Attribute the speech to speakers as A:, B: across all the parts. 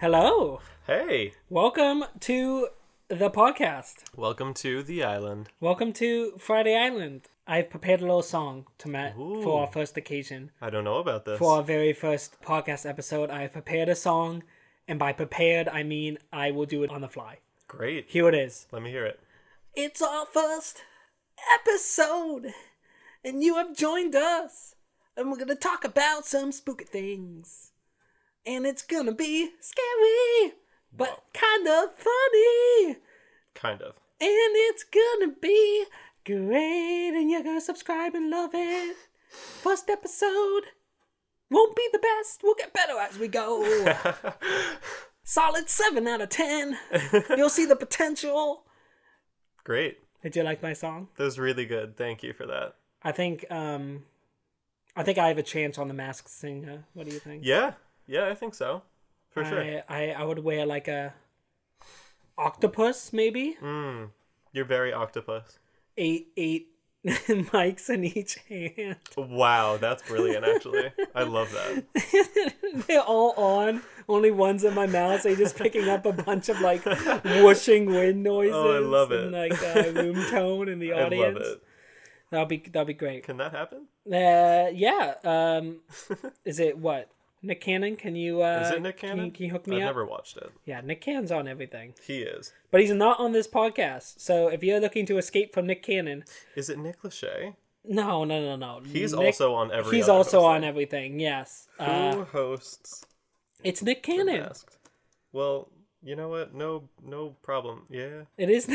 A: Hello.
B: Hey,
A: Welcome to the podcast.
B: welcome to the island.
A: Welcome to Friday Island. I've prepared a little song to Matt for our first occasion.
B: I don't know about this.
A: For our very first podcast episode, I've prepared a song, and by prepared, I mean I will do it on the fly.
B: Great.
A: Here it is.
B: Let me hear it.
A: It's our first episode, and you have joined us, and we're gonna talk about some spooky things, and it's gonna be scary, but kind of funny, and
B: Kind of.
A: it's gonna be great, and you're gonna subscribe and love it. First episode won't be the best, we'll get better as we go. Solid 7 out of 10. You'll see the potential.
B: Great.
A: Did you like my song?
B: That was really good. Thank you for that.
A: I think um I think I have a chance on the masked singer. What do you think?
B: Yeah. Yeah, I think so. For sure.
A: I, I I would wear like a octopus maybe.
B: Mm. You're very octopus.
A: Eight eight mics in each hand.
B: Wow, that's brilliant actually. I love that.
A: They're all on. Only one's in my mouth, so you're just picking up a bunch of like whooshing wind noises.
B: Oh, I love it.
A: And, like uh, room tone in the
B: I love
A: audience.
B: it.
A: That'll be that'll be great.
B: Can that happen?
A: Uh, yeah. Um, is it what? Nick Cannon, can you uh
B: Is it Nick
A: can you-
B: Cannon?
A: Can you, hook me
B: I've
A: up?
B: never watched it.
A: Yeah, Nick Cannon's on everything,
B: He is.
A: but he's not on this podcast. So if you're looking to escape from Nick Cannon,
B: Is it Nick Lachey?
A: no, no, no, no.
B: He's
A: Nick-
B: also on every
A: he's
B: other
A: also
B: host
A: on everything. Yes,
B: thing.
A: uh,
B: Who hosts
A: it's Nick Cannon.
B: Masked? Well, you know what? No no problem. Yeah.
A: It is.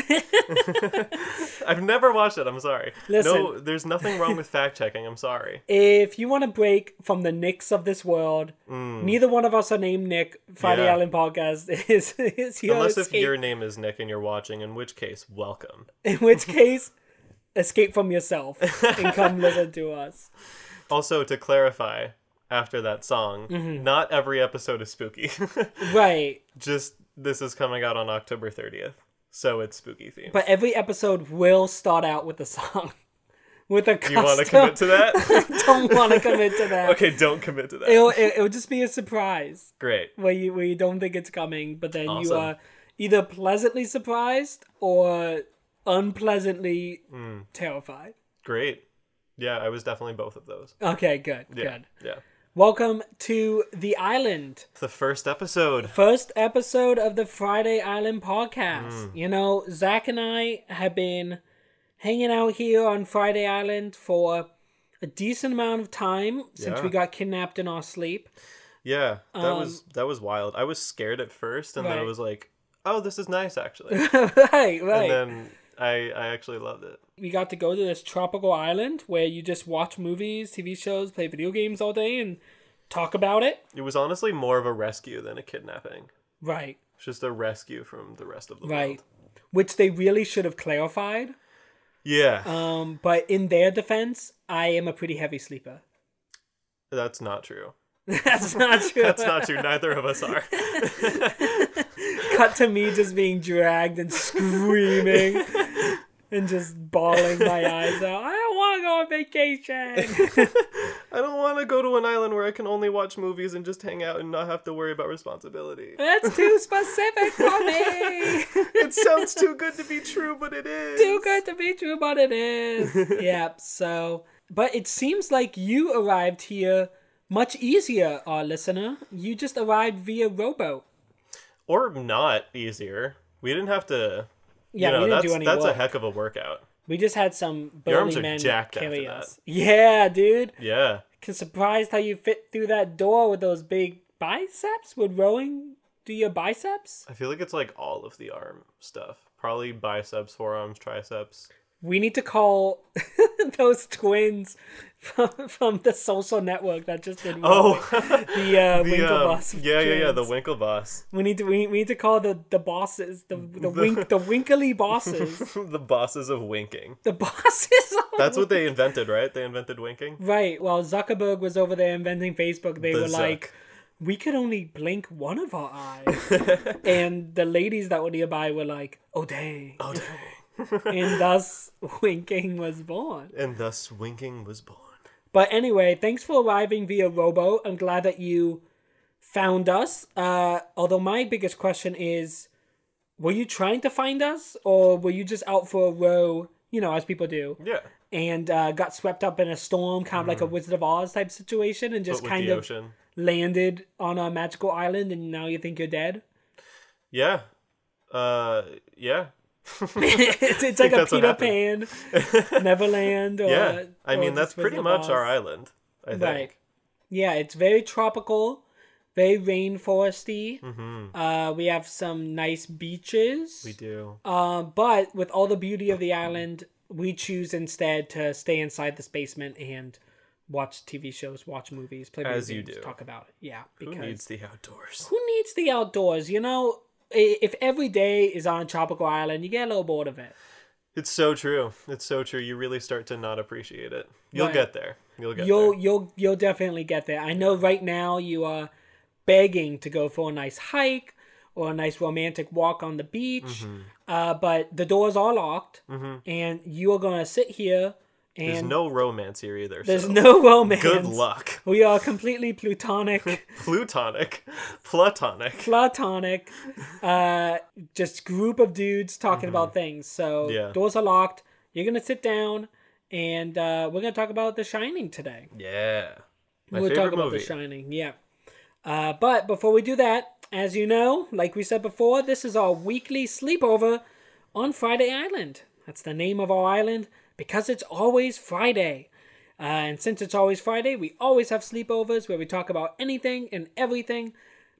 B: I've never watched it. I'm sorry. No,
A: Listen.
B: there's nothing wrong with fact checking. I'm sorry.
A: if you want to break from the Nicks of this world, neither one of us are named Nick. Friday
B: Mm. Yeah.
A: Island podcast is is your
B: Unless if
A: escape.
B: your name is Nick and you're watching, in which case, welcome.
A: In which case, escape from yourself and come listen to us.
B: Also, to clarify, after that song,
A: Mm-hmm.
B: not every episode is spooky.
A: Right.
B: Just this is coming out on October 30th, so it's spooky themed.
A: But every episode will start out with a song. With a
B: you want to
A: custom-
B: commit to that?
A: don't want to commit to that.
B: okay, don't commit to that.
A: It'll, it, it'll just be a surprise
B: Great.
A: where you where you don't think it's coming, but then you
B: Awesome.
A: are either pleasantly surprised or unpleasantly
B: Mm.
A: terrified.
B: Great. Yeah, I was definitely both of those.
A: Okay, good,
B: Yeah.
A: good.
B: Yeah.
A: Welcome to the island.
B: It's the first episode.
A: First episode of the Friday Island podcast.
B: Mm.
A: You know, Zach and I have been hanging out here on Friday Island for a decent amount of time since
B: Yeah.
A: we got kidnapped in our sleep.
B: Yeah, that was that was wild. I was scared at first, and then I
A: Um, Right.
B: was like, "Oh, this is nice, actually."
A: right, right.
B: And then I I actually loved it.
A: we got to go to this tropical island where you just watch movies, TV shows, play video games all day and talk about it.
B: It was honestly more of a rescue than a kidnapping.
A: Right,
B: It's just a rescue from the rest of the
A: right.
B: world.
A: Which they really should have clarified.
B: Yeah,
A: Um, but in their defense, I am a pretty heavy sleeper.
B: that's not true.
A: That's not true.
B: That's not true. Neither of us are.
A: Cut to me just being dragged and screaming and just bawling my eyes out. I don't want to go on vacation.
B: I don't want to go to an island where I can only watch movies and just hang out and not have to worry about responsibility.
A: That's too specific for me.
B: It sounds too good to be true, but it is.
A: too good to be true, but it is. yep. So, but it seems like you arrived here much easier, our listener. You just arrived via rowboat.
B: Or not easier. We didn't have to.
A: Yeah,
B: you know,
A: we didn't
B: that's,
A: do any
B: that's a
A: work.
B: heck of a workout.
A: we just had some
B: Your
A: burly
B: arms are
A: men
B: jacked after
A: carry
B: that.
A: us. Yeah, dude.
B: Yeah.
A: Can surprised how you fit through that door with those big biceps. Would rowing do your biceps?
B: I feel like it's like all of the arm stuff. Probably biceps, forearms, triceps.
A: We need to call those twins from, from the social network that just did.
B: Oh,
A: rowing. the uh,
B: the, um,
A: Winklevoss.
B: yeah, yeah, yeah. The
A: twins.
B: Winklevoss,
A: We need to we, we need to call the the bosses the the wink the winkly bosses
B: the bosses of winking.
A: the bosses. Are...
B: That's what they invented, right? They invented winking.
A: right. While Zuckerberg was over there inventing Facebook, they
B: The
A: were
B: Zuck.
A: like, we could only blink one of our eyes, and the ladies that were nearby were like, oh dang,
B: Oh dang!
A: and thus winking was born.
B: And thus winking was born.
A: But anyway, thanks for arriving via rowboat. I'm glad that you found us. Uh, although my biggest question is, were you trying to find us, or were you just out for a row? You know, as people do,
B: Yeah.
A: and uh, got swept up in a storm, kind of like a Wizard of Oz type situation, and just
B: Mm. With
A: kind
B: the
A: of
B: ocean.
A: landed on a magical island, and now you think you're dead.
B: Yeah. Uh, yeah.
A: it's, it's like a
B: that's what
A: Peter Pan, Neverland. Or,
B: Yeah. I
A: or
B: mean, that's
A: just Wizard
B: pretty
A: of
B: much
A: Oz.
B: our island, I think.
A: Right. Yeah, it's very tropical, very rainforesty. Uh, we have some nice beaches.
B: Mm-hmm. We do.
A: Uh, but with all the beauty of the island, we choose instead to stay inside this basement and watch TV shows, watch movies, play video
B: As you
A: games,
B: do.
A: talk about it. Yeah, because
B: Who needs the outdoors?
A: who needs the outdoors? You know, i- if every day is on a tropical island, you get a little bored of it.
B: It's so true. It's so true. You really start to not appreciate it. You'll
A: Right.
B: get there. You'll get
A: you'll
B: there.
A: you'll you'll definitely get there. I know right now you are begging to go for a nice hike or a nice romantic walk on the beach,
B: Mm-hmm.
A: uh, but the doors are locked, and you are gonna sit here and
B: There's no romance here either.
A: there's
B: so
A: no romance.
B: good luck.
A: We are completely plutonic,
B: Plutonic. Platonic.
A: platonic, uh, just group of dudes talking about things. So
B: Yeah.
A: doors are locked. You're gonna sit down, and uh, we're gonna talk about The Shining today.
B: Yeah. My
A: we'll
B: favorite
A: talk about
B: movie.
A: The Shining, yeah. Uh, but before we do that, as you know, like we said before, this is our weekly sleepover on Friday Island. That's the name of our island because it's always Friday. Uh, and since it's always Friday, we always have sleepovers where we talk about anything and everything,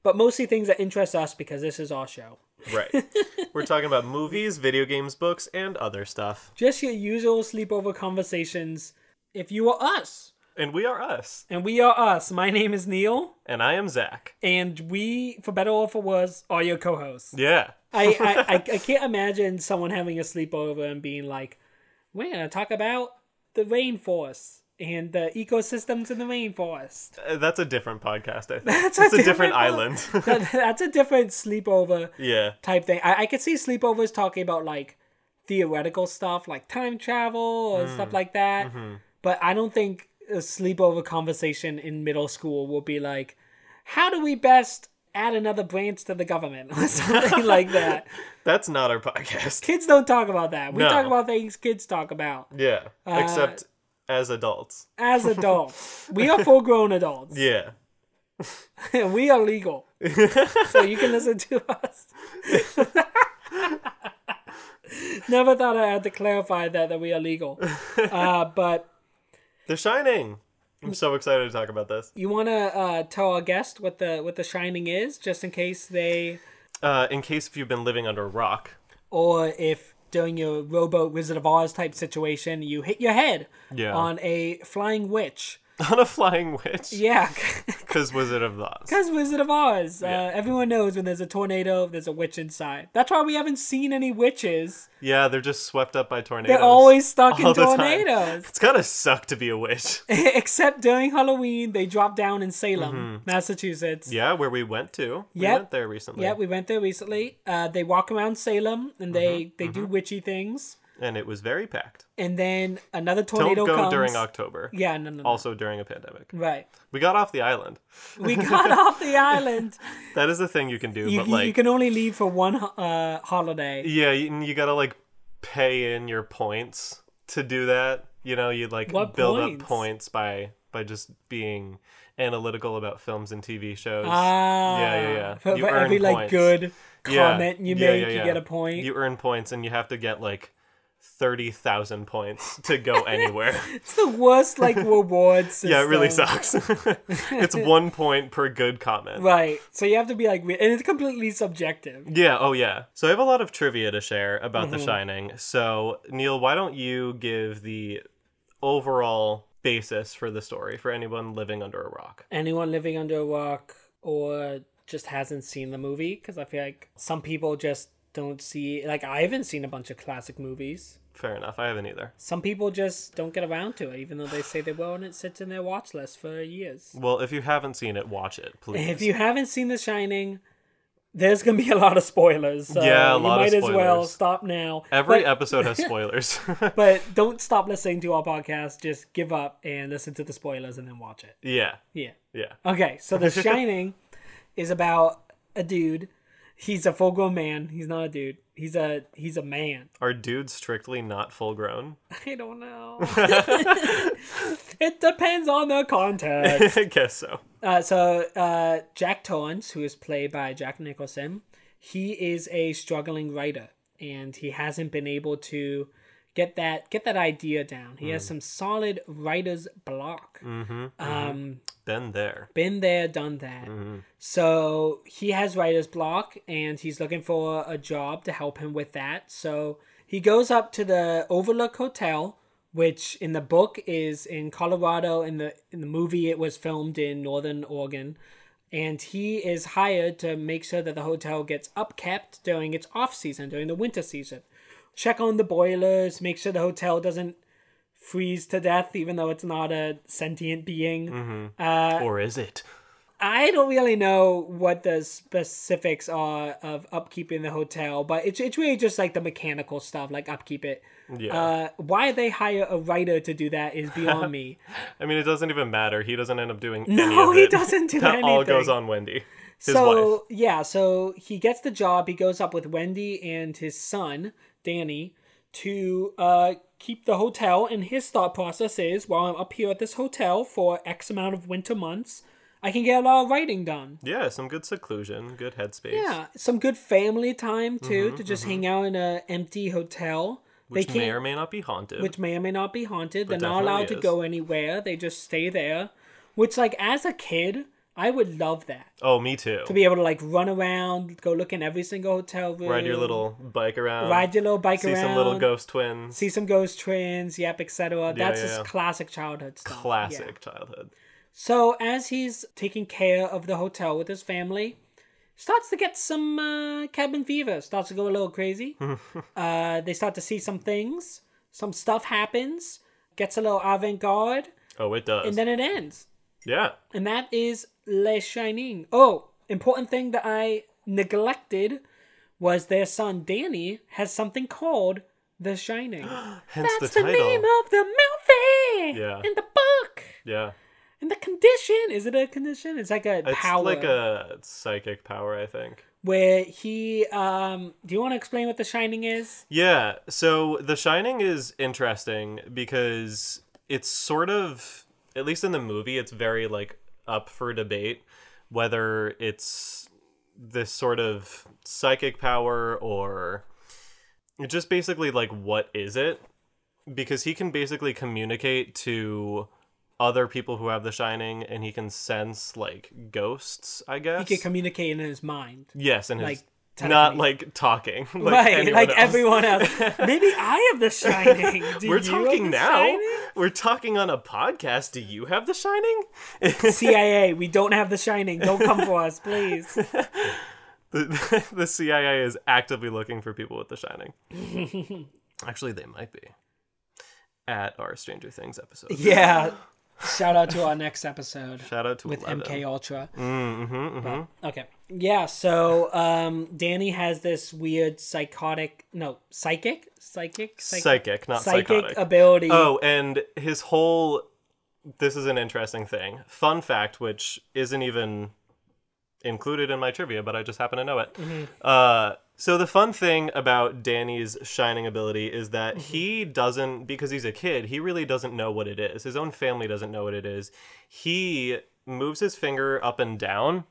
A: but mostly things that interest us because this is our show.
B: Right. We're talking about movies, video games, books, and other stuff.
A: Just your usual sleepover conversations if you are us.
B: And we are us.
A: And we are us. My name is Neil,
B: And I am Zach.
A: and we, for better or for worse, are your co hosts.
B: Yeah.
A: I, I, I, I can't imagine someone having a sleepover and being like, we're going to talk about the rainforest and the ecosystems in the rainforest.
B: Uh, That's a different podcast, I think. That's
A: a
B: it's a
A: different
B: different, island.
A: That- That's a different sleepover
B: yeah.
A: type thing. I, I could see sleepovers talking about like theoretical stuff like time travel or stuff like that. But I don't think a sleepover conversation in middle school will be like, how do we best add another branch to the government or something like that.
B: That's not our podcast.
A: Kids don't talk about that. We
B: No.
A: talk about things kids talk about.
B: Yeah.
A: Uh,
B: Except as adults.
A: as adults. we are full grown adults.
B: Yeah.
A: we are legal. so you can listen to us. Never thought I had to clarify that that we are legal. Uh, but
B: The Shining. I'm so excited to talk about this.
A: you want to uh, tell our guest what the what the shining is, just in case they,
B: Uh, in case if you've been living under a rock.
A: or if during your rowboat Wizard of Oz type situation you hit your head
B: Yeah.
A: on a flying witch.
B: On a flying witch.
A: Yeah,
B: Because Wizard of Oz.
A: Because Wizard of Oz, uh, everyone knows when there's a tornado, there's a witch inside. That's why we haven't seen any witches.
B: Yeah, they're just swept up by tornadoes.
A: They're always stuck in
B: all the time.
A: tornadoes.
B: It's gotta suck to be a witch.
A: Except during Halloween, they drop down in Salem, Massachusetts.
B: Mm-hmm. Yeah, where we went to. We
A: Yep.
B: went there recently.
A: Yeah, we went there recently. Uh, they walk around Salem and they,
B: Mm-hmm.
A: they do witchy things.
B: And it was very packed.
A: And then another
B: Don't
A: tornado
B: go
A: comes.
B: during October.
A: yeah, no, no, no.
B: Also during a pandemic.
A: Right.
B: We got off the island.
A: We got off the island.
B: That is the thing you can do,
A: You,
B: but
A: you-
B: like
A: you can only leave for one ho- uh, holiday.
B: Yeah, you, and you gotta like pay in your points to do that. You know, you like
A: What
B: build
A: points?
B: up points by by just being analytical about films and TV shows.
A: Ah,
B: yeah, yeah, yeah.
A: For,
B: You
A: for
B: earn
A: every like
B: points.
A: good
B: Yeah,
A: comment you
B: yeah,
A: make,
B: yeah,
A: you
B: yeah.
A: get a point.
B: You earn points, and you have to get like thirty thousand points to go anywhere.
A: It's the worst like reward system.
B: yeah, it really sucks. it's one point per good comment.
A: Right. So you have to be like, re- and it's completely subjective.
B: Yeah, oh yeah. So I have a lot of trivia to share about
A: Mm-hmm.
B: The Shining. So, Neil, why don't you give the overall basis for the story for anyone living under a rock?
A: Anyone living under a rock or just hasn't seen the movie, because I feel like some people just don't see. Like I haven't seen a bunch of classic movies.
B: Fair enough. I haven't either.
A: Some people just don't get around to it, even though they say they will, and it sits in their watch list for years.
B: Well, if you haven't seen it, watch it, please.
A: If you haven't seen The Shining, there's gonna be a lot of spoilers. So
B: Yeah, a lot
A: you
B: of
A: might as well
B: spoilers. Uh,
A: stop now.
B: Every
A: but,
B: episode has spoilers.
A: but don't stop listening to our podcast. Just give up and listen to the spoilers and then watch it.
B: yeah.
A: Yeah.
B: Yeah.
A: Okay, so The Shining is about a dude. He's a full grown man. He's not a dude. He's a he's a man.
B: Are dudes strictly not full grown?
A: I don't know. it depends on the context.
B: I guess so.
A: Uh, so uh, Jack Torrance, who is played by Jack Nicholson, he is a struggling writer, and he hasn't been able to get that get that idea down. He has some solid writer's block. Um,
B: Been there.
A: been there, done that. So he has writer's block and he's looking for a job to help him with that. So he goes up to the Overlook Hotel, which in the book is in Colorado. In the in the movie, it was filmed in Northern Oregon. And he is hired to make sure that the hotel gets upkept during its off season, during the winter season. Check on the boilers, make sure the hotel doesn't freeze to death, even though it's not a sentient being.
B: or is it?
A: I don't really know what the specifics are of upkeeping the hotel, but it's it's really just like the mechanical stuff, like upkeep it.
B: Yeah.
A: Uh, why they hire a writer to do that is beyond me.
B: I mean, it doesn't even matter. He doesn't end up doing any
A: No,
B: of
A: he
B: it.
A: doesn't do
B: that all
A: anything.
B: goes on Wendy, his
A: so
B: wife.
A: yeah, so he gets the job. He goes up with Wendy and his son Danny to uh, keep the hotel. And his thought process is, while I'm up here at this hotel for X amount of winter months, I can get a lot of writing done.
B: Yeah, some good seclusion, good headspace.
A: Yeah, some good family time too to just hang out in a empty hotel.
B: Mm-hmm, which
A: they
B: may
A: can't,
B: or may not be haunted.
A: which may or may not be haunted. They're not
B: definitely
A: allowed to
B: is.
A: go anywhere. They just stay there. Which, like, as a kid, I would love that
B: oh, me too.
A: to be able to like run around, go look in every single hotel room,
B: Ride your little bike around.
A: ride your little bike
B: see
A: around,
B: some little ghost twins.
A: see some ghost twins, yep, etc. That's
B: yeah,
A: just
B: yeah.
A: classic childhood stuff. yeah.
B: Classic childhood.
A: So as he's taking care of the hotel with his family, starts to get some uh, cabin fever. Starts to go a little crazy. uh, they start to see some things. Some stuff happens. Gets a little avant-garde,
B: Oh, it does.
A: and then it ends.
B: yeah.
A: And that is Le Shining. Oh, important thing that I neglected was their son Danny has something called The Shining.
B: Hence
A: That's
B: the
A: the,
B: title.
A: name of the movie.
B: Yeah.
A: In the book.
B: yeah.
A: And the condition is it a condition? It's like a
B: It's
A: power
B: like a psychic power, I think.
A: where he. Um, do you want to explain what the shining is?
B: Yeah. So The Shining is interesting because it's sort of, at least in the movie, it's very like up for debate whether it's this sort of psychic power or just basically like what is it? Because he can basically communicate to other people who have the shining and he can sense like ghosts, I guess.
A: He could communicate in his mind,
B: yes, and his
A: like,
B: not
A: telepathy.
B: like talking. Like
A: right?
B: anyone
A: Like
B: else.
A: everyone else. Maybe I have the shining. Do
B: We're
A: you have
B: talking
A: The
B: now.
A: Shining?
B: We're talking on a podcast. Do you have The Shining?
A: CIA, we don't have the shining. Don't come for us, please.
B: The, the CIA is actively looking for people with The Shining. Actually, they might be at our Stranger Things episode.
A: Yeah. Shout out to our next episode
B: Shout out to
A: with
B: 11.
A: MK Ultra.
B: Mm-hmm, mhm.
A: Okay. Yeah, so um Danny has this weird psychotic no, psychic? Psychic? Psych-
B: Psychic, not psychotic.
A: psychic ability.
B: Oh, and his whole. This is an interesting thing. Fun fact, which isn't even included in my trivia, but I just happen to know it. Uh, so, the fun thing about Danny's shining ability is that he doesn't, because he's a kid, he really doesn't know what it is. His own family doesn't know what it is. He moves his finger up and down,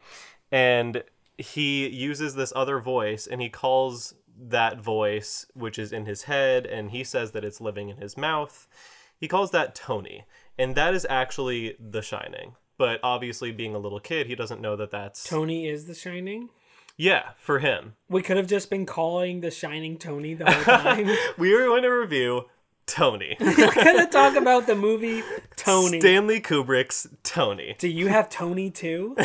B: and he uses this other voice, and he calls that voice, which is in his head, and he says that it's living in his mouth. He calls that Tony, and that is actually The Shining. But obviously, being a little kid, he doesn't know that that's
A: Tony is the shining.
B: yeah for him.
A: We could have just been calling the shining Tony the whole time.
B: We are going to review Tony,
A: We're gonna talk about the movie Tony.
B: Stanley Kubrick's Tony.
A: Do you have Tony too?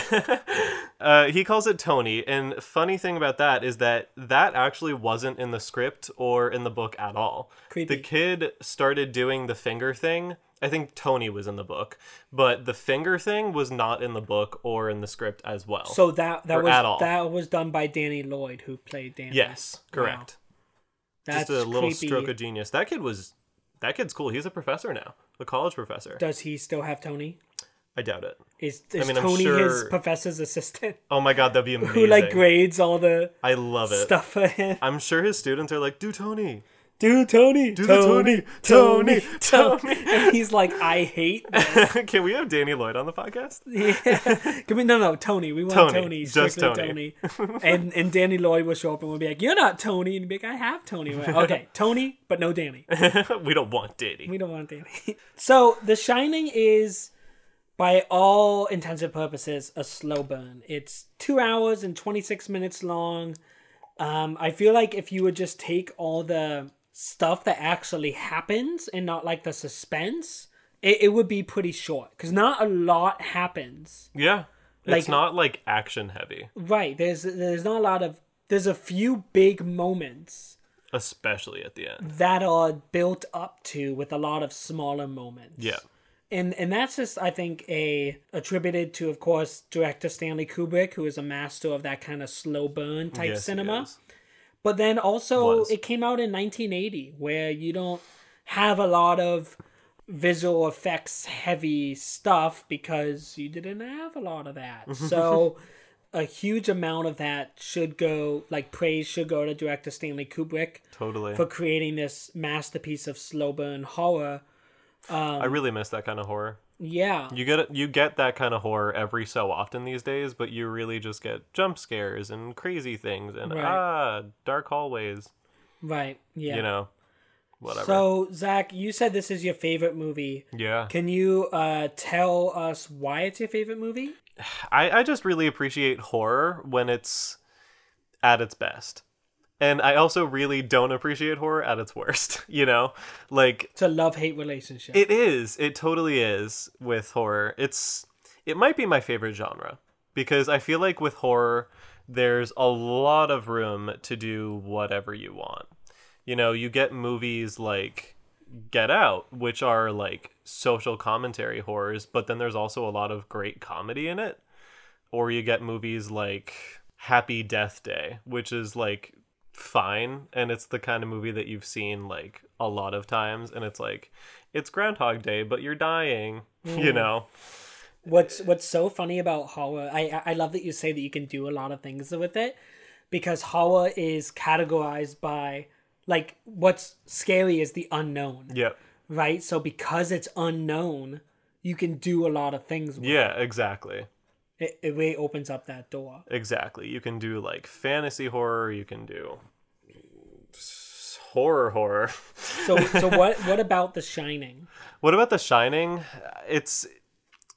B: Uh, he calls it Tony, and funny thing about that is that that actually wasn't in the script or in the book at all.
A: Creepy.
B: The kid started doing the finger thing. I think Tony was in the book, but the finger thing was not in the book or in the script as well.
A: So that that
B: Or at all.
A: was that was done by Danny Lloyd who played Danny.
B: yes, correct.
A: That's
B: Just a little
A: creepy.
B: stroke of genius. That kid was. That kid's cool. He's a professor now, a college professor.
A: Does he still have Tony?
B: I doubt it.
A: Is, is
B: mean, I'm
A: Tony his
B: sure-
A: professor's assistant
B: Oh my god, that'd be amazing.
A: who like grades all the
B: I love it.
A: stuff for him?
B: I'm sure his students are like, do Tony.
A: Do Tony, do
B: the
A: Tony,
B: Tony,
A: Tony, Tony, And he's like, I hate. This.
B: Can we have Danny Lloyd on the podcast?
A: Yeah. Can we, no, no, Tony. We want
B: Tony,
A: Tony,
B: just
A: strictly Tony. and and Danny Lloyd will show up and will be like, "You're not Tony," and he'll be like, "I have Tony." We're like, okay, Tony, but no Danny.
B: we don't want Danny.
A: We don't want Danny. so The Shining is, by all intents and purposes, a slow burn. It's two hours and twenty six minutes long. Um, I feel like if you would just take all the stuff that actually happens and not like the suspense, it, it would be pretty short because not a lot happens.
B: yeah.
A: Like-
B: it's not like action heavy,
A: Right. There's there's not a lot of there's a few big moments
B: especially at the end.
A: that are built up to with a lot of smaller moments.
B: Yeah.
A: And and that's just I think a attributed to of course director Stanley Kubrick who is a master of that kind of slow burn type
B: Yes, it
A: cinema.
B: is.
A: But then also
B: Was.
A: it came out in 1980 where you don't have a lot of visual effects heavy stuff because you didn't have a lot of that. So a huge amount of that should go like praise should go to director Stanley Kubrick
B: Totally.
A: for creating this masterpiece of slow burn horror.
B: I
A: um,
B: really miss that kind of horror.
A: Yeah.
B: You get you get that kind of horror every so often these days, but you really just get jump scares and crazy things and
A: Right.
B: ah dark hallways.
A: Right. Yeah.
B: You know, whatever.
A: so Zach, you said this is your favorite movie.
B: yeah,
A: Can you uh, tell us why it's your favorite movie?
B: I I just really appreciate horror when it's at its best, and I also really don't appreciate horror at its worst. You know, like
A: It's a love hate relationship.
B: It is. It totally is with horror. It's it might be my favorite genre because I feel like with horror there's a lot of room to do whatever you want. You know, you get movies like Get Out, which are like social commentary horrors, but then there's also a lot of great comedy in it. Or you get movies like Happy Death Day, which is like fine and it's the kind of movie that you've seen like a lot of times and it's like it's groundhog day but you're dying you know
A: What's what's so funny about horror? I I- I love that you say that you can do a lot of things with it, because horror is categorized by like what's scary is the unknown,
B: yep
A: right? So because it's unknown, you can do a lot of things. With
B: yeah exactly
A: it. It, it really opens up that door.
B: exactly you can do like fantasy horror you can do s- horror horror
A: So so what what about The Shining?
B: What about The Shining? It's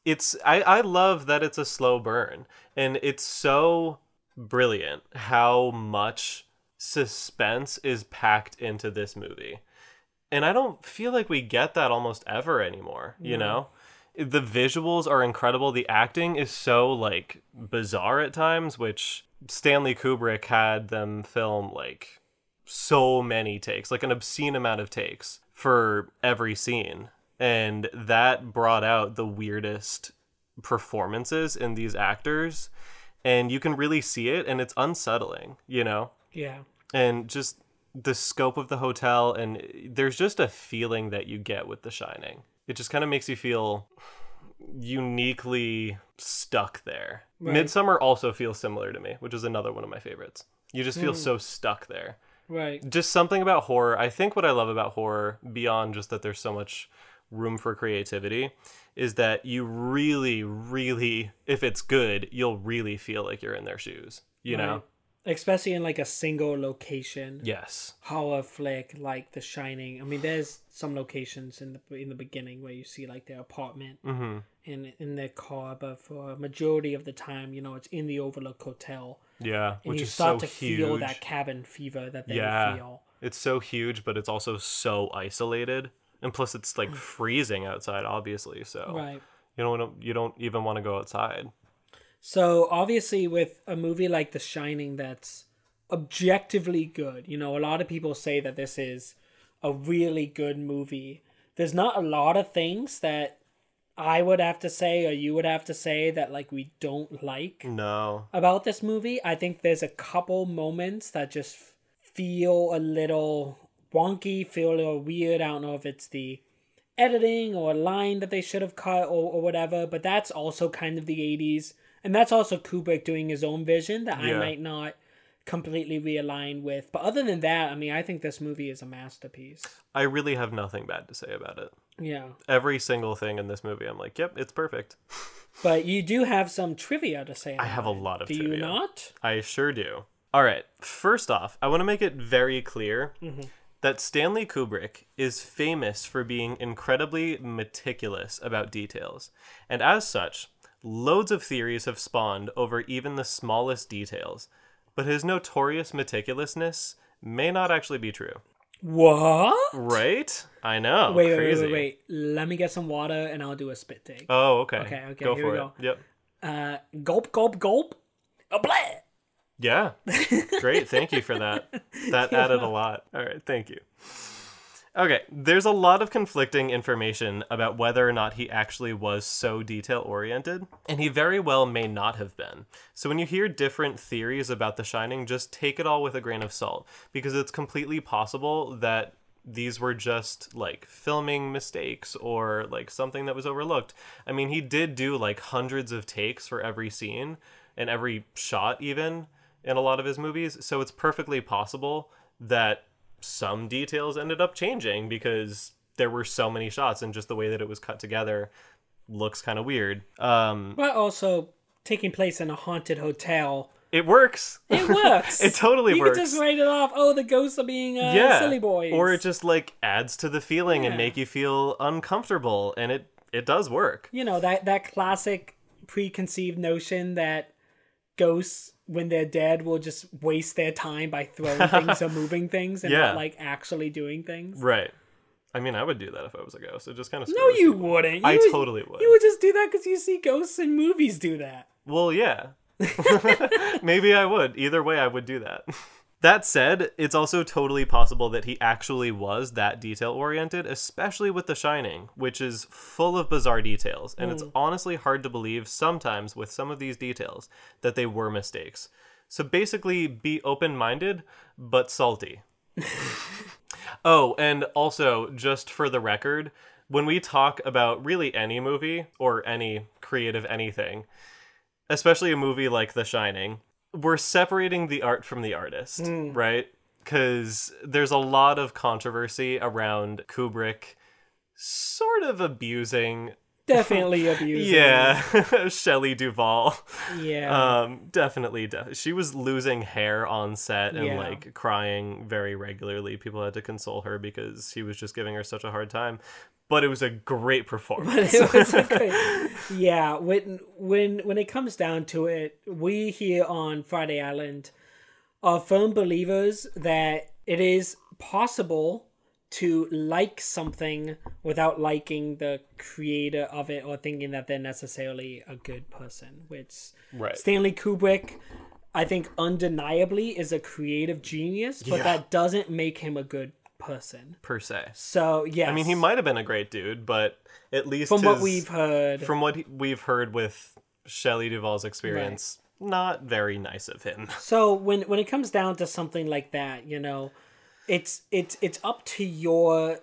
B: it's I I love that it's a slow burn and it's so brilliant how much suspense is packed into this movie. And I don't feel like we get that almost ever anymore, you know? The visuals are incredible. The acting is so like bizarre at times, which Stanley Kubrick had them film like so many takes, like an obscene amount of takes for every scene. And that brought out the weirdest performances in these actors. And you can really see it, and it's unsettling, you know?
A: Yeah.
B: And just the scope of the hotel, and there's just a feeling that you get with The Shining. It just kind of makes you feel uniquely stuck there.
A: Right.
B: Midsummer also feels similar to me, which is another one of my favorites. You just feel so stuck there
A: Right.
B: just something about horror. I think what I love about horror, beyond just that there's so much room for creativity, is that you really, really, if it's good, you'll really feel like you're in their shoes. You know?
A: Especially in like a single location.
B: Yes.
A: horror flick like The Shining. I mean, there's some locations in the in the beginning where you see like their apartment
B: Mm-hmm.
A: in in their car, but for a majority of the time, you know, it's in the Overlook Hotel,
B: Yeah.
A: and
B: which
A: you
B: is
A: start
B: so
A: to
B: huge.
A: feel that cabin fever that they
B: Yeah.
A: feel.
B: It's so huge, but it's also so isolated. And plus, it's like freezing outside, obviously. So
A: Right.
B: you don't wanna- you don't even want to go outside.
A: So obviously, with a movie like The Shining, that's objectively good. You know, a lot of people say that this is a really good movie. There's not a lot of things that I would have to say or you would have to say that like we don't like
B: No.
A: about this movie. I think there's a couple moments that just f- feel a little wonky, feel a little weird. I don't know if it's the editing or a line that they should have cut or, or whatever, but that's also kind of the 80s. And that's also Kubrick doing his own vision that I
B: Yeah.
A: might not completely realign with. But other than that, I mean, I think this movie is a masterpiece.
B: I really have nothing bad to say about it.
A: Yeah.
B: Every single thing in this movie, I'm like, yep, it's perfect.
A: But you do have some trivia to say.
B: I have a lot of
A: Do
B: trivia.
A: you not?
B: I sure do. All right. First off, I want to make it very clear
A: Mm-hmm.
B: that Stanley Kubrick is famous for being incredibly meticulous about details. And as such, loads of theories have spawned over even the smallest details. But his notorious meticulousness may not actually be true.
A: What?
B: Right? I know.
A: Wait, wait,
B: crazy.
A: wait, wait, wait. Let me get some water and I'll do a spit take.
B: Oh, okay.
A: Okay, okay,
B: Go
A: here
B: for
A: we
B: it.
A: go.
B: Yep.
A: Uh, gulp, gulp, gulp. A blah.
B: Yeah. Great. Thank you for that. That added a lot. All right. Thank you. Okay. There's a lot of conflicting information about whether or not he actually was so detail oriented, and he very well may not have been. So when you hear different theories about The Shining, just take it all with a grain of salt because it's completely possible that these were just like filming mistakes or like something that was overlooked. I mean, he did do like hundreds of takes for every scene and every shot, even in a lot of his movies. So it's perfectly possible that some details ended up changing because there were so many shots and just the way that it was cut together looks kind of weird. Um,
A: But also taking place in a haunted hotel.
B: it works.
A: It works.
B: It totally
A: you
B: works.
A: can just write it off. Oh, the ghosts are being uh,
B: yeah
A: silly boys.
B: or it just like adds to the feeling and
A: Yeah.
B: make you feel uncomfortable and it it does work
A: you know that that classic preconceived notion that ghosts when they're dead will just waste their time by throwing things or moving things and
B: Yeah.
A: not like actually doing things.
B: right i mean i would do that if i was a ghost it just kind of
A: No, you wouldn't. You
B: I
A: would-
B: totally would.
A: You would just do that because you see ghosts in movies do that.
B: Well, yeah. Maybe I would. Either way, I would do that. That said, it's also totally possible that he actually was that detail oriented, especially with The Shining, which is full of bizarre details. And it's honestly hard to believe sometimes with some of these details that they were mistakes. So basically, be open minded, but salty. Oh, and also, just for the record, when we talk about really any movie or any creative anything, especially a movie like The Shining, we're separating the art from the artist,
A: Hmm.
B: right? Because there's a lot of controversy around Kubrick sort of abusing,
A: Definitely abusing.
B: yeah, Shelley Duvall.
A: Yeah.
B: Um, definitely, def- she was losing hair on set and
A: Yeah.
B: like crying very regularly. People had to console her because he was just giving her such a hard time. But it was a great performance.
A: it was a good- yeah when when when it comes down to it we here on friday island are firm believers that it is possible to like something without liking the creator of it or thinking that they're necessarily a good person which
B: Right.
A: stanley kubrick i think undeniably is a creative genius but
B: Yeah.
A: that doesn't make him a good person
B: per se.
A: so yeah
B: I mean, he might have been a great dude, but at least
A: from what
B: his-
A: we've heard
B: from what he- we've heard with Shelley Duvall's experience, not very nice of him.
A: So when when it comes down to something like that, you know, it's it's it's up to your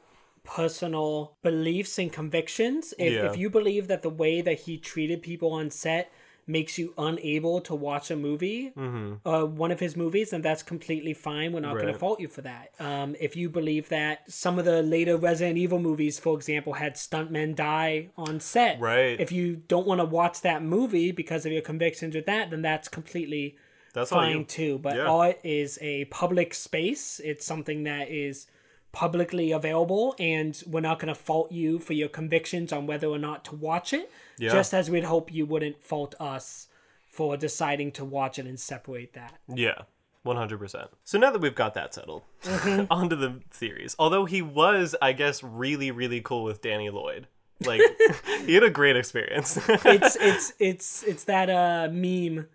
A: personal beliefs and convictions. If
B: Yeah.
A: if you believe that the way that he treated people on set makes you unable to watch a movie, uh, one of his movies, then that's completely fine. We're not going
B: Mm-hmm. Right.
A: to fault you for that. Um, if you believe that some of the later Resident Evil movies, for example, had stuntmen die on set,
B: Right.
A: If you don't want to watch that movie because of your convictions with that, then that's completely
B: That's all
A: fine
B: you.
A: too, but
B: yeah.
A: art is a public space. It's something that is publicly available, and we're not going to fault you for your convictions on whether or not to watch it,
B: Yeah.
A: just as we'd hope you wouldn't fault us for deciding to watch it and separate that.
B: Yeah, 100%. So now that we've got that settled,
A: Mm-hmm.
B: onto the theories. Although he was, I guess, really, really cool with Danny Lloyd. Like, he had a great experience.
A: It's it's it's it's that uh meme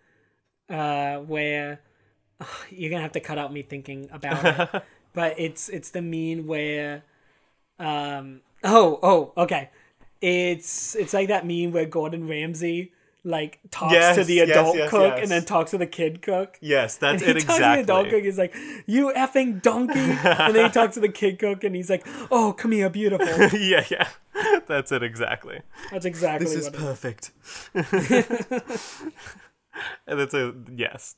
A: uh where you're gonna have to cut out me thinking about it. but it's it's the mean where um oh oh okay. It's it's like that meme where Gordon Ramsay like talks
B: Yes,
A: to the
B: yes,
A: adult
B: yes,
A: cook
B: yes.
A: and then talks to the kid cook.
B: Yes, that's
A: he
B: it
A: talks to the adult cook.
B: exactly.
A: He's like, "You effing donkey!" and then he talks to the kid cook, and he's like, "Oh, come here, beautiful."
B: yeah, yeah. That's it exactly.
A: That's exactly
B: This is
A: what. it-
B: perfect. and that's a yes.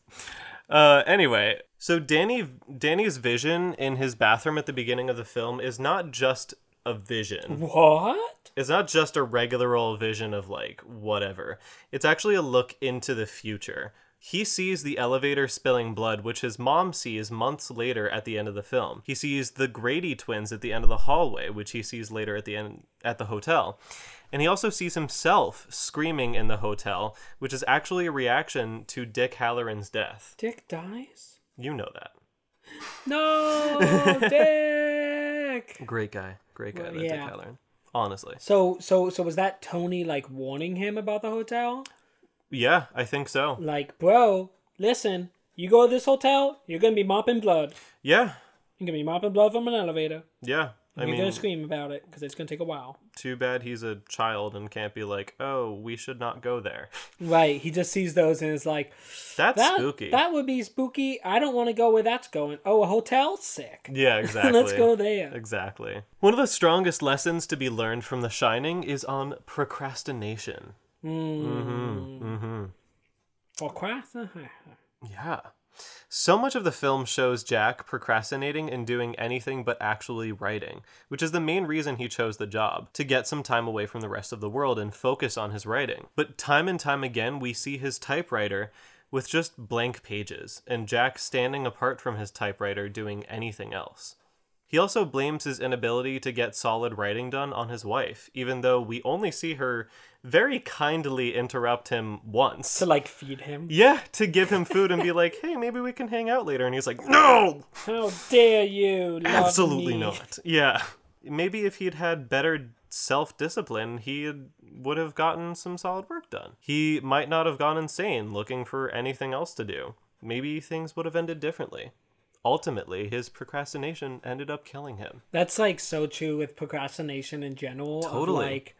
B: Uh, anyway, so Danny Danny's vision in his bathroom at the beginning of the film is not just a vision.
A: what?
B: It's not just a regular old vision of like whatever. It's actually a look into the future. He sees the elevator spilling blood, which his mom sees months later at the end of the film. He sees the Grady twins at the end of the hallway, which he sees later at the end at the hotel. And he also sees himself screaming in the hotel, which is actually a reaction to Dick Halloran's death.
A: Dick dies?
B: You know that.
A: No, Dick.
B: Great guy. Great guy,
A: Well,
B: that Dick
A: yeah.
B: Halloran. Honestly.
A: So, so, so was that Tony like warning him about the hotel?
B: Yeah, I think so.
A: Like, bro, listen, you go to this hotel, you're gonna be mopping blood.
B: Yeah.
A: You're gonna be mopping blood from an elevator.
B: Yeah. I
A: You're
B: mean,
A: gonna scream about it because it's gonna take a while.
B: too bad he's a child and can't be like, oh, we should not go there.
A: Right. He just sees those and is like,
B: That's
A: that
B: spooky.
A: that would be spooky. I don't want to go where that's going. Oh, a hotel? Sick.
B: yeah, exactly.
A: Let's go there.
B: Exactly. One of the strongest lessons to be learned from The Shining is on procrastination.
A: Or craft.
B: Yeah. So much of the film shows Jack procrastinating and doing anything but actually writing, which is the main reason he chose the job to get some time away from the rest of the world and focus on his writing. But time and time again, we see his typewriter with just blank pages, and Jack standing apart from his typewriter doing anything else. He also blames his inability to get solid writing done on his wife, even though we only see her very kindly interrupt him once.
A: To like feed him.
B: Yeah, to give him food and be like, hey, maybe we can hang out later. And he's like, no,
A: How dare you? Love
B: absolutely
A: me.
B: not. Yeah. Maybe if he'd had better self discipline, he had- would have gotten some solid work done. He might not have gone insane looking for anything else to do. Maybe things would have ended differently. Ultimately, his procrastination ended up killing him.
A: That's like so true with procrastination in general.
B: Totally.
A: Of like,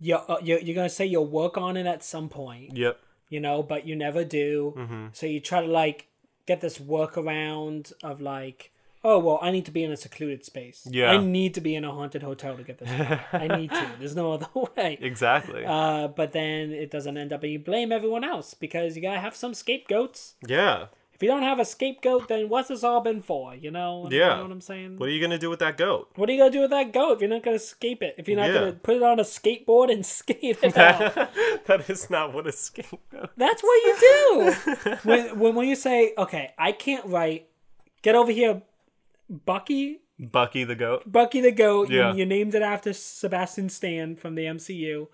A: you're, uh, you're, you're gonna say you'll work on it at some point.
B: Yep.
A: you know, but you never do.
B: Mm-hmm.
A: So you try to like get this workaround of like, oh well, I need to be in a secluded space.
B: Yeah.
A: I need to be in a haunted hotel to get this. done. I need to. There's no other way.
B: Exactly.
A: Uh, but then it doesn't end up, and you blame everyone else because you gotta have some scapegoats.
B: yeah.
A: If you don't have a scapegoat, then what's this all been for? You know?
B: Yeah.
A: You know what I'm saying?
B: What are you going to do with that goat?
A: What are you gonna do with that goat if you're not gonna escape it? If you're not
B: Yeah.
A: gonna put it on a skateboard and skate it out?
B: that is not what a scapegoat.
A: That's what you do. when, when when you say, "Okay, I can't write," get over here, Bucky.
B: Bucky the goat.
A: Bucky the goat. you-
B: Yeah.
A: You, named it after Sebastian Stan from the MCU.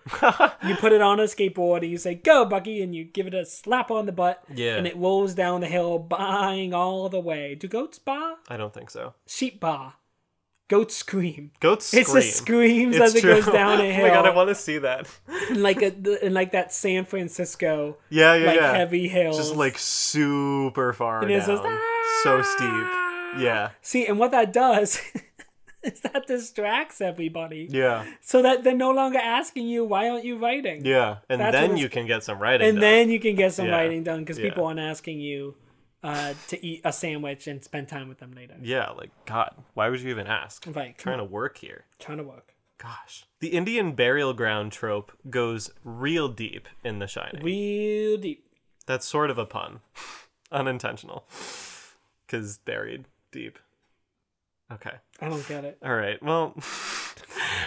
A: you put it on a skateboard and you say, "Go, Bucky," and you give it a slap on the butt.
B: Yeah.
A: And it rolls down the hill, baaing all the way. Do goats baa?
B: I don't think so.
A: Sheep baa. Goats scream.
B: Goats scream.
A: It just screams as it goes down a hill,
B: oh my god, I want to see that.
A: in like a in like that San Francisco
B: Yeah, yeah,
A: like
B: yeah.
A: heavy hills,
B: Just like super far
A: it's
B: down,
A: just, "Ah!"
B: so steep. Yeah,
A: See, and what that does is that distracts everybody.
B: yeah,
A: So that they're no longer asking you, why aren't you writing?
B: yeah. And
A: That's what
B: then
A: it's-
B: you can get some writing.
A: And
B: done.
A: then you can get some
B: Yeah.
A: writing done because
B: Yeah.
A: people aren't asking you uh, to eat a sandwich and spend time with them later.
B: yeah, like God, why would you even ask?
A: Right.
B: trying to work here.
A: Trying to work.
B: Gosh, the Indian burial ground trope goes real deep in The Shining.
A: Real deep.
B: That's sort of a pun, unintentional, because buried deep. Okay.
A: I don't get it.
B: All right. Well,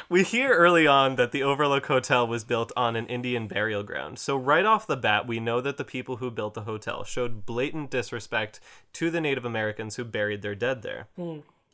B: we hear early on that the Overlook Hotel was built on an Indian burial ground. So, right off the bat, we know that the people who built the hotel showed blatant disrespect to the Native Americans who buried their dead there.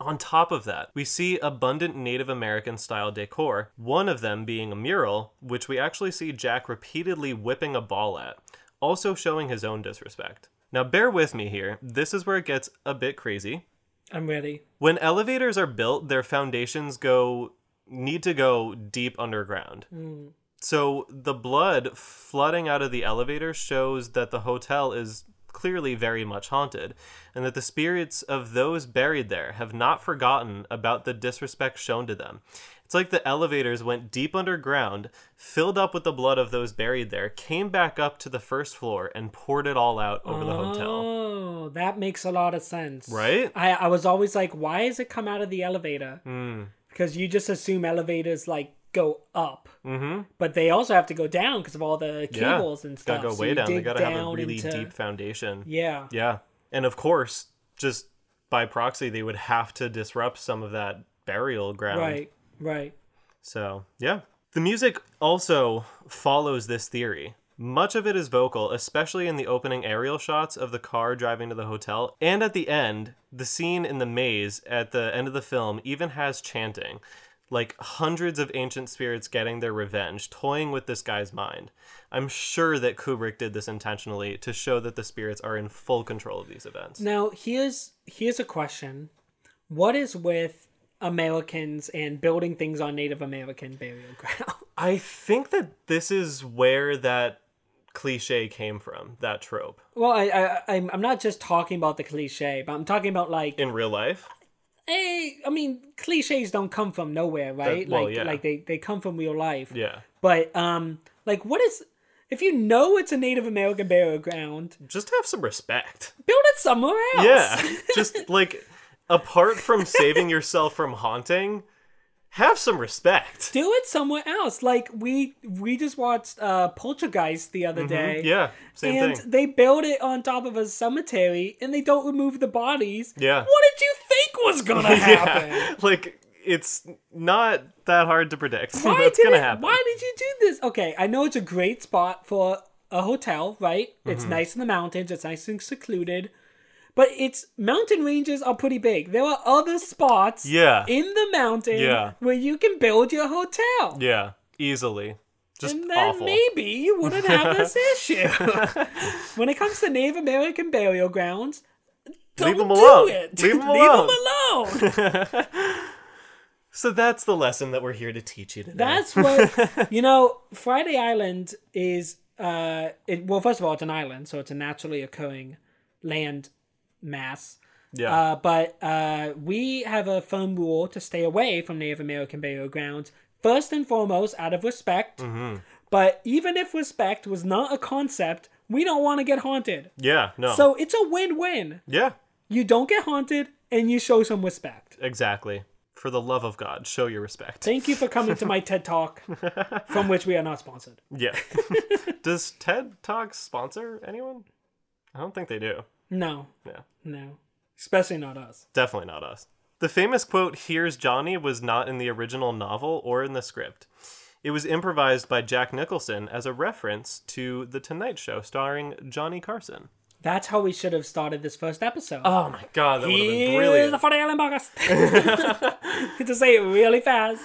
B: On top of that, we see abundant Native American style decor, one of them being a mural, which we actually see Jack repeatedly whipping a ball at, also showing his own disrespect. Now, bear with me here. This is where it gets a bit crazy.
A: I'm ready.
B: When elevators are built, their foundations go need to go deep underground.
A: Hmm.
B: So the blood flooding out of the elevator shows that the hotel is clearly very much haunted, and that the spirits of those buried there have not forgotten about the disrespect shown to them. It's like the elevators went deep underground, filled up with the blood of those buried there, came back up to the first floor, and poured it all out over the hotel.
A: Oh, that makes a lot of sense.
B: Right?
A: I, I was always like, why is it come out of the elevator?
B: Hmm.
A: Because you just assume elevators like go up,
B: Mm-hmm.
A: but they also have to go down because of all the
B: Yeah.
A: cables and stuff.
B: Gotta go
A: So
B: way
A: you
B: down. They
A: dig
B: gotta have a
A: down
B: really
A: into-
B: deep foundation.
A: Yeah.
B: Yeah. And of course, just by proxy, they would have to disrupt some of that burial ground.
A: Right. Right.
B: So, yeah. The music also follows this theory. Much of it is vocal, especially in the opening aerial shots of the car driving to the hotel. And at the end, the scene in the maze at the end of the film even has chanting, like hundreds of ancient spirits getting their revenge, toying with this guy's mind. I'm sure that Kubrick did this intentionally to show that the spirits are in full control of these events.
A: Now here's here's a question: What is with Americans and building things on Native American burial ground?
B: I think that this is where that cliche came from, that trope.
A: well, I, I I'm I'm not just talking about the cliche, but I'm talking about like
B: In real life?
A: hey, Eh, I mean, cliches don't come from nowhere, right?
B: well,
A: like
B: yeah.
A: like they they come from real life.
B: Yeah.
A: But um, like what is if you know it's a Native American burial ground,
B: Just have some respect.
A: build it somewhere else.
B: Yeah. Just like apart from saving yourself from haunting, have some respect.
A: Do it somewhere else. Like we we just watched uh Poltergeist the other day.
B: Mm-hmm. Yeah. Same
A: and
B: thing.
A: they build it on top of a cemetery and they don't remove the bodies.
B: Yeah.
A: What did you think was gonna happen?
B: Yeah. Like it's not that hard to predict.
A: Why
B: That's
A: did
B: gonna
A: it-
B: happen.
A: Why did you do this? Okay, I know it's a great spot for a hotel, right? It's
B: Mm-hmm.
A: nice in the mountains, it's nice and secluded. But it's mountain ranges are pretty big. There are other spots
B: Yeah.
A: in the mountain
B: Yeah.
A: where you can build your hotel.
B: Yeah. Easily. Just
A: And then
B: awful.
A: maybe you wouldn't have this issue. when it comes to Native American burial grounds, don't
B: Leave 'em
A: do
B: alone.
A: it.
B: Leave 'em
A: Leave 'em alone.
B: So that's the lesson that we're here to teach you today.
A: That's what you know. Friday Island is uh, it, well, first of all, it's an island, so it's a naturally occurring land mass.
B: yeah.
A: Uh, but uh, we have a firm rule to stay away from Native American burial grounds. First and foremost, out of respect. But even if respect was not a concept, we don't want to get haunted.
B: yeah. No.
A: So it's a win-win.
B: yeah.
A: You don't get haunted, and you show some respect.
B: Exactly. For the love of God, show your respect.
A: Thank you for coming to my TED Talk, from which we are not sponsored.
B: Yeah. Does TED Talk sponsor anyone? I don't think they do.
A: No,
B: Yeah.
A: No. Especially not us.
B: Definitely not us. The famous quote, Here's Johnny, was not in the original novel or in the script. It was improvised by Jack Nicholson as a reference to The Tonight Show starring Johnny Carson.
A: That's how we should have started this first episode.
B: Oh my god, that would have been
A: Here's the
B: brilliant.
A: Funny Island Podcast. to say it really fast.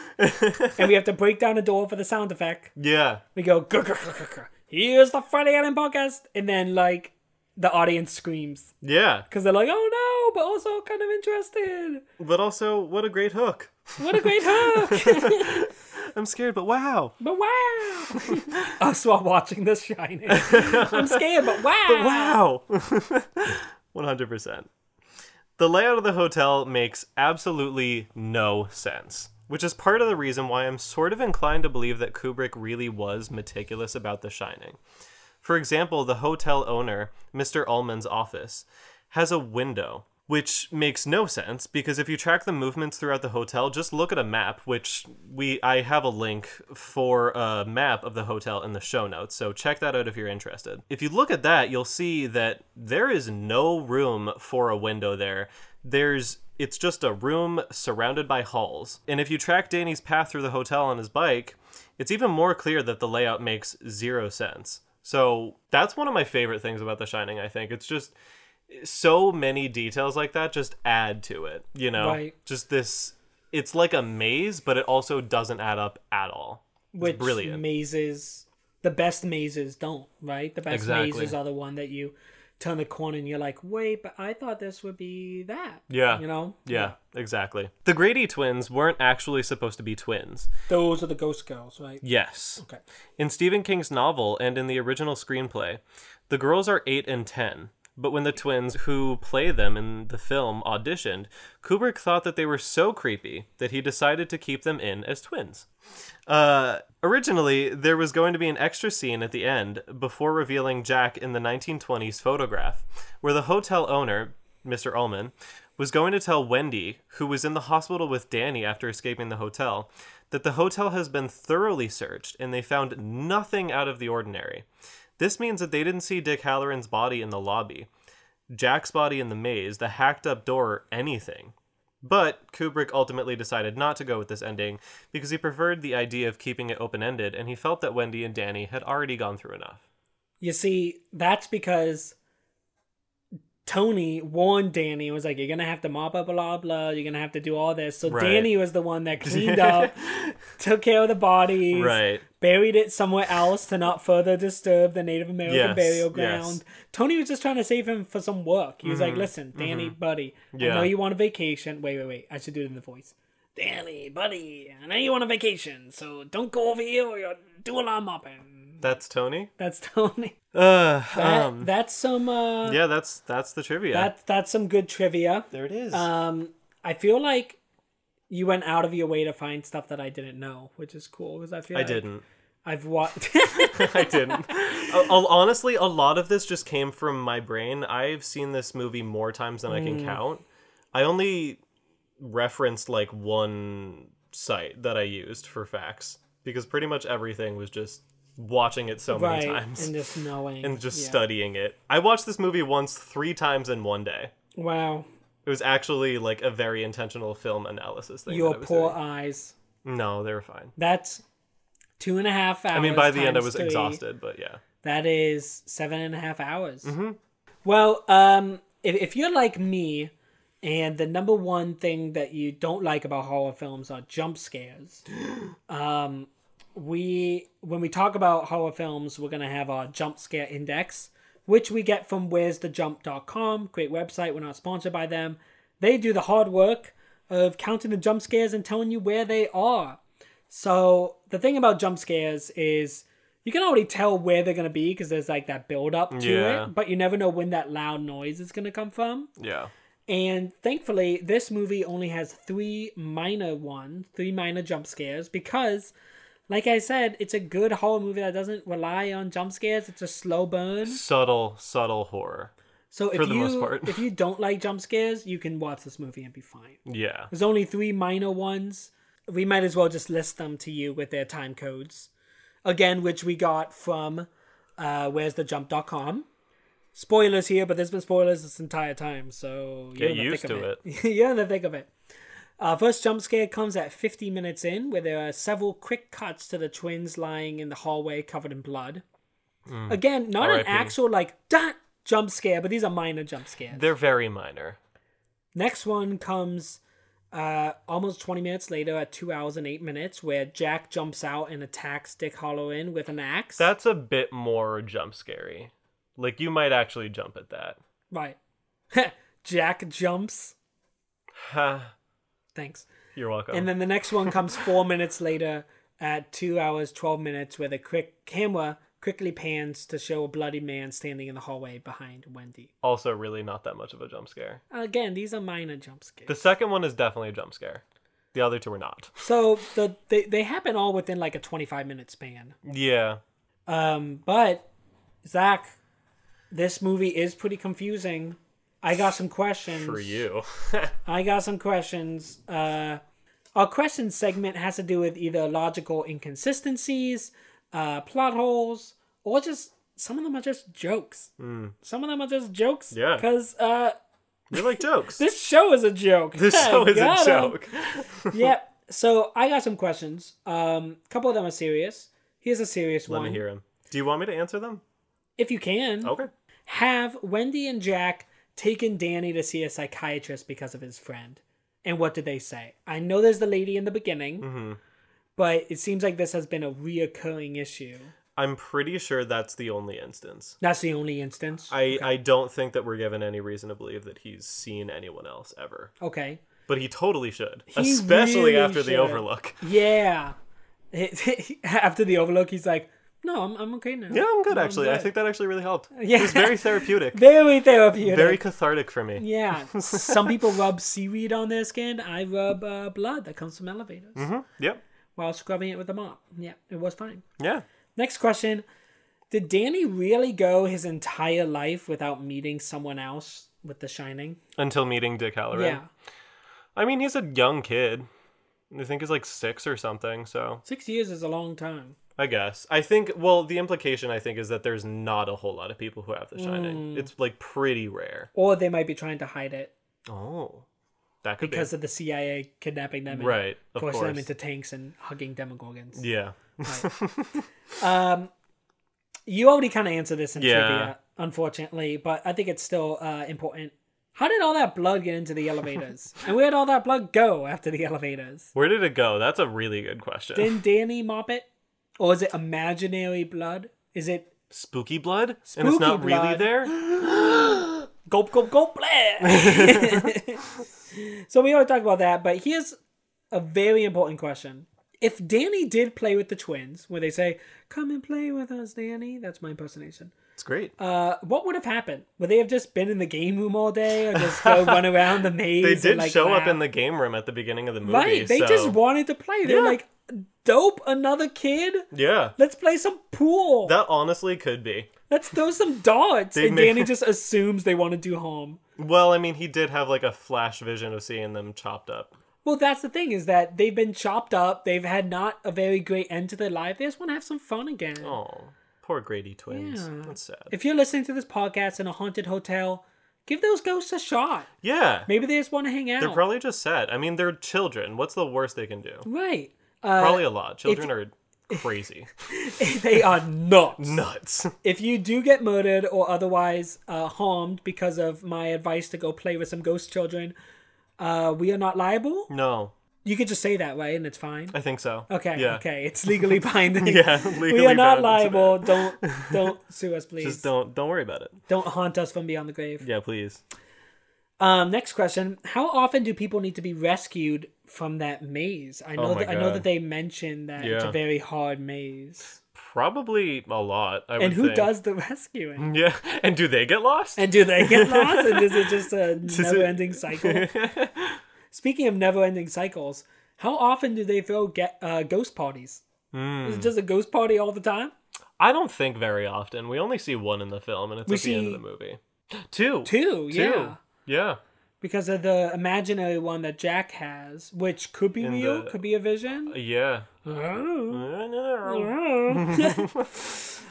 A: and we have to break down the door for the sound effect.
B: Yeah.
A: We go, "Grr, grr, grr, grr, grr. here's the Friday Island Podcast. And then, like, the audience screams.
B: Yeah.
A: Because they're like, oh no, but also kind of interested.
B: But also, what a great hook.
A: What a great hook.
B: I'm scared, but wow.
A: but wow. Us while watching The Shining. I'm scared, but wow. But
B: Wow. 100%. The layout of the hotel makes absolutely no sense, which is part of the reason why I'm sort of inclined to believe that Kubrick really was meticulous about The Shining. For example, the hotel owner, Mr. Ullman's office, has a window, which makes no sense because if you track the movements throughout the hotel, just look at a map, which we I have a link for a map of the hotel in the show notes, so check that out if you're interested. If you look at that, you'll see that there is no room for a window there. There's it's just a room surrounded by halls. And if you track Danny's path through the hotel on his bike, it's even more clear that the layout makes zero sense. So that's one of my favorite things about The Shining, I think. It's just so many details like that just add to it, you know?
A: Right.
B: Just this, it's like a maze, but it also doesn't add up at all.
A: which
B: brilliant.
A: mazes the best mazes don't right the best
B: Exactly.
A: mazes are the one that you turn the corner and you're like wait but i thought this would be that
B: Yeah.
A: you know
B: Yeah, exactly. The Grady twins weren't actually supposed to be twins.
A: those are the ghost girls right
B: Yes.
A: okay
B: In Stephen King's novel and in the original screenplay, the girls are 8 and 10. But when the twins who play them in the film auditioned, Kubrick thought that they were so creepy that he decided to keep them in as twins. Uh, originally, there was going to be an extra scene at the end before revealing Jack in the 1920s photograph, where the hotel owner, Mr. Ullman, was going to tell Wendy, who was in the hospital with Danny after escaping the hotel, that the hotel has been thoroughly searched and they found nothing out of the ordinary. This means that they didn't see Dick Halloran's body in the lobby, Jack's body in the maze, the hacked up door, or anything. But Kubrick ultimately decided not to go with this ending because he preferred the idea of keeping it open ended and he felt that Wendy and Danny had already gone through enough.
A: You see, that's because Tony warned Danny and was like, "You're gonna have to mop up blah blah. You're gonna have to do all this." So
B: Right.
A: Danny was the one that cleaned up, took care of the bodies,
B: Right.
A: buried it somewhere else to not further disturb the Native American
B: Yes,
A: burial
B: yes.
A: ground. Tony was just trying to save him for some work. He was like, "Listen, Danny, buddy, I
B: Mm-hmm, Yeah.
A: know you want a vacation. Wait, wait, wait. I should do it in the voice." Danny, buddy, I know you want a vacation, so don't go over here or you'll do a lot of mopping.
B: That's Tony.
A: That's Tony.
B: Uh,
A: That-
B: um,
A: that's some. Uh,
B: yeah, that's that's the trivia.
A: That's that's some good trivia.
B: there it is.
A: Um, I feel like you went out of your way to find stuff that I didn't know, which is cool because I feel
B: I
A: like
B: didn't.
A: I've watched.
B: Uh, I didn't. Uh, uh, honestly, a lot of this just came from my brain. I've seen this movie more times than I can count. I only referenced like one site that I used for facts because pretty much everything was just watching it so
A: right,
B: many times
A: and just knowing
B: and just
A: yeah.
B: studying it. I watched this movie once three times in one day.
A: Wow,
B: It was actually like a very intentional film analysis thing.
A: your
B: that I was
A: poor eyes.
B: doing. No, they were fine.
A: That's two and a half hours.
B: I mean, by the end, I
A: times
B: was
A: three.
B: exhausted, but yeah.
A: That is seven and a half hours.
B: Mm-hmm.
A: Well, um, if, if you're like me, and the number one thing that you don't like about horror films are jump scares, um, we when we talk about horror films, we're gonna have our jump scare index, which we get from where'sthejump.com. Great website. We're not sponsored by them. They do the hard work of counting the jump scares and telling you where they are. So the thing about jump scares is you can already tell where they're gonna be because there's like that build up to
B: Yeah.
A: it, but you never know when that loud noise is gonna come from.
B: Yeah.
A: And thankfully, this movie only has three minor ones, three minor jump scares, because, like I said, it's a good horror movie that doesn't rely on jump scares. It's a slow burn.
B: Subtle, subtle horror.
A: So if
B: For the
A: you
B: most part.
A: if you don't like jump scares, you can watch this movie and be fine.
B: Yeah.
A: There's only three minor ones. We might as well just list them to you with their time codes. Again, which we got from uh, where's the jump.com. Spoilers here, but there's been spoilers this entire time, so you're
B: Get
A: in the
B: used
A: thick of
B: to
A: you're in the thick of it. Our first jump scare comes at 50 minutes in, where there are several quick cuts to the twins lying in the hallway covered in blood.
B: Hmm.
A: Again, not an
B: R.I.P..
A: actual like dot jump scare, but these are minor jump scares.
B: They're very minor.
A: Next one comes uh, almost 20 minutes later at 2 hours and 8 minutes, where Jack jumps out and attacks Dick Hollow in with an axe.
B: That's a bit more jump scary. Like you might actually jump at that.
A: right. Jack jumps.
B: Ha.
A: Thanks.
B: You're welcome.
A: And then the next one comes 4 minutes later at 2 hours 12 minutes, where the quick camera quickly pans to show a bloody man standing in the hallway behind Wendy.
B: also really not that much of a jump scare.
A: Again, these are minor jump scares.
B: The second one is definitely a jump scare. The other two are not.
A: so the, they, they happen all within like a 25 minute span.
B: Yeah.
A: Um, but Zach, this movie is pretty confusing. I got some questions.
B: For you.
A: I got some questions. Uh, our question segment has to do with either logical inconsistencies, uh, plot holes, or just some of them are just jokes. Some of them are just jokes.
B: Hmm. Yeah.
A: Because uh,
B: you like jokes.
A: this show is a joke.
B: This
A: I
B: show is a
A: got 'em.
B: joke.
A: yep. So I got some questions. Um, a couple of them are serious. Here's a serious
B: Let
A: one.
B: me hear Oh. him. Do you want me to answer them?
A: If you can.
B: Okay.
A: Have Wendy and Jack taken Danny to see a psychiatrist because of his friend? And what did they say? I know there's the lady in the beginning,
B: Mm-hmm.
A: but it seems like this has been a reoccurring issue.
B: I'm pretty sure that's the only instance.
A: That's the only instance.
B: I, I don't think that we're given any reason to believe that he's seen anyone else ever.
A: okay.
B: But he totally should.
A: He
B: especially
A: really
B: after
A: should.
B: the overlook.
A: Yeah. After the overlook, he's like, No, I'm, I'm okay now.
B: Yeah, I'm good
A: No,
B: actually. I
A: good.
B: think that actually really helped.
A: Yeah.
B: It was very therapeutic,
A: very therapeutic.
B: very cathartic for me.
A: Yeah. Some people rub seaweed on their skin. I rub uh, blood that comes from elevators
B: hmm Yep.
A: while scrubbing it with a mop. Yeah, it was fine.
B: Yeah.
A: Next question. Did Danny really go his entire life without meeting someone else with The Shining?
B: Until meeting Dick Halloran.
A: Yeah.
B: I mean, he's a young kid. I think he's like six or something. So
A: Six years is a long time.
B: I guess I think. Well, the implication I think is that there's not a whole lot of people who have The
A: Hmm.
B: Shining. It's like pretty rare.
A: Or they might be trying to hide it
B: Oh, that could
A: because of the CIA kidnapping them
B: be
A: and
B: right. Of
A: forcing
B: course.
A: them into tanks and hugging demogorgons.
B: yeah.
A: Um, you already kind of answered this in
B: Yeah.
A: trivia, unfortunately, but I think it's still uh, important. How did all that blood get into the elevators? and where did all that blood go after the elevators?
B: Where did it go? That's a really good question.
A: Didn't Danny mop it? Or is it imaginary blood? Is it
B: Spooky blood, and
A: Spooky
B: it's not really
A: blood.
B: there.
A: gulp, gulp, gulp, blah? so we already talked about that, but here's a very important question. If Danny did play with the twins, where they say, come and play with us, Danny, that's my impersonation.
B: It's great.
A: Uh, what would have happened? Would they have just been in the game room all day, or just go run around the maze?
B: they
A: and,
B: did
A: like,
B: show up
A: laugh?
B: in the game room at the beginning of the movie.
A: right. They
B: so-
A: just wanted to play. They're
B: Yeah.
A: like, dope, another kid.
B: yeah.
A: Let's play some pool.
B: That honestly could be.
A: Let's throw some darts.
B: They
A: and
B: made-
A: Danny just assumes they want to do home.
B: Well, I mean, he did have like a flash vision of seeing them chopped up.
A: Well, that's the thing is that they've been chopped up. They've had not a very great end to their life. They just want to have some fun again.
B: Oh, poor Grady twins.
A: Yeah.
B: That's sad.
A: If you're listening to this podcast in a haunted hotel, give those ghosts a shot.
B: yeah.
A: Maybe they just want to hang out.
B: They're probably just sad. I mean, they're children. What's the worst they can do?
A: right. Uh,
B: Probably a lot. Children are crazy.
A: they are not.
B: Nuts.
A: If you do get murdered or otherwise uh, harmed because of my advice to go play with some ghost children, uh, we are not liable.
B: No,
A: You could just say that, right? And it's fine.
B: I think so.
A: Okay,
B: Yeah.
A: okay, it's legally binding.
B: Yeah, legally
A: we are not
B: bound to
A: liable. Don't don't sue us, please.
B: Just don't don't worry about it.
A: Don't haunt us from beyond the grave.
B: Yeah, please.
A: Um, next question: How often do people need to be rescued from that maze? I know
B: Oh my
A: that I know
B: God.
A: that they mentioned that it's a
B: Yeah.
A: very hard maze.
B: Probably a lot. I would
A: And who
B: think.
A: does the rescuing?
B: Yeah. And do they get lost?
A: And do they get lost? And is it just a
B: it-
A: never-ending cycle? Speaking of never-ending cycles, how often do they throw get, uh, ghost parties?
B: Hmm.
A: Is it just a ghost party all the time?
B: I don't think very often. We only see one in the film, and it's
A: We
B: at the end of
A: see-
B: the movie. Two.
A: Two,
B: Two.
A: yeah.
B: Yeah.
A: Because of the imaginary one that Jack has, which could be real,
B: the-
A: could be a vision.
B: Yeah.
A: Oh.
B: Yeah.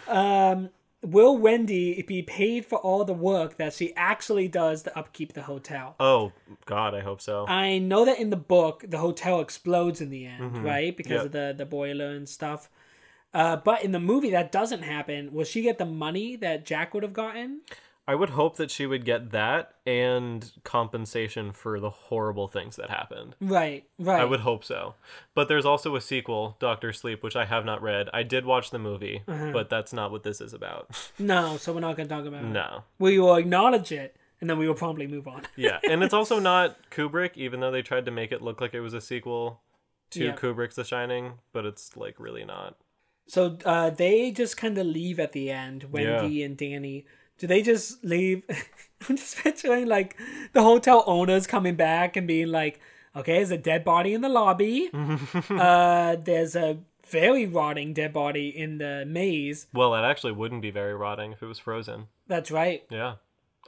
A: um, will Wendy be paid for all the work that she actually does to upkeep the hotel?
B: Oh God, I hope so.
A: I know that in the book, the hotel explodes in the end,
B: Mm-hmm.
A: right? Because of the, the boiler and stuff. Uh, but in the movie, that doesn't happen. Will she get the money that Jack would have gotten?
B: I would hope that she would get that and compensation for the horrible things that happened.
A: Right, right.
B: I would hope so. But there's also a sequel, Doctor Sleep, which I have not read. I did watch the movie,
A: Uh-huh.
B: but that's not what this is about.
A: No, so we're not going to talk about it.
B: no.
A: We will acknowledge it, and then we will promptly move on.
B: Yeah. And it's also not Kubrick, even though they tried to make it look like it was a sequel to
A: Yeah.
B: Kubrick's The Shining, but it's like really not.
A: So uh, they just kind of leave at the end. Wendy and Danny. Do they just leave? I'm just picturing like the hotel owners coming back and being like, "Okay, there's a dead body in the lobby. uh, there's a very rotting dead body in the maze.
B: Well, it actually wouldn't be very rotting if it was frozen.
A: That's right.
B: Yeah.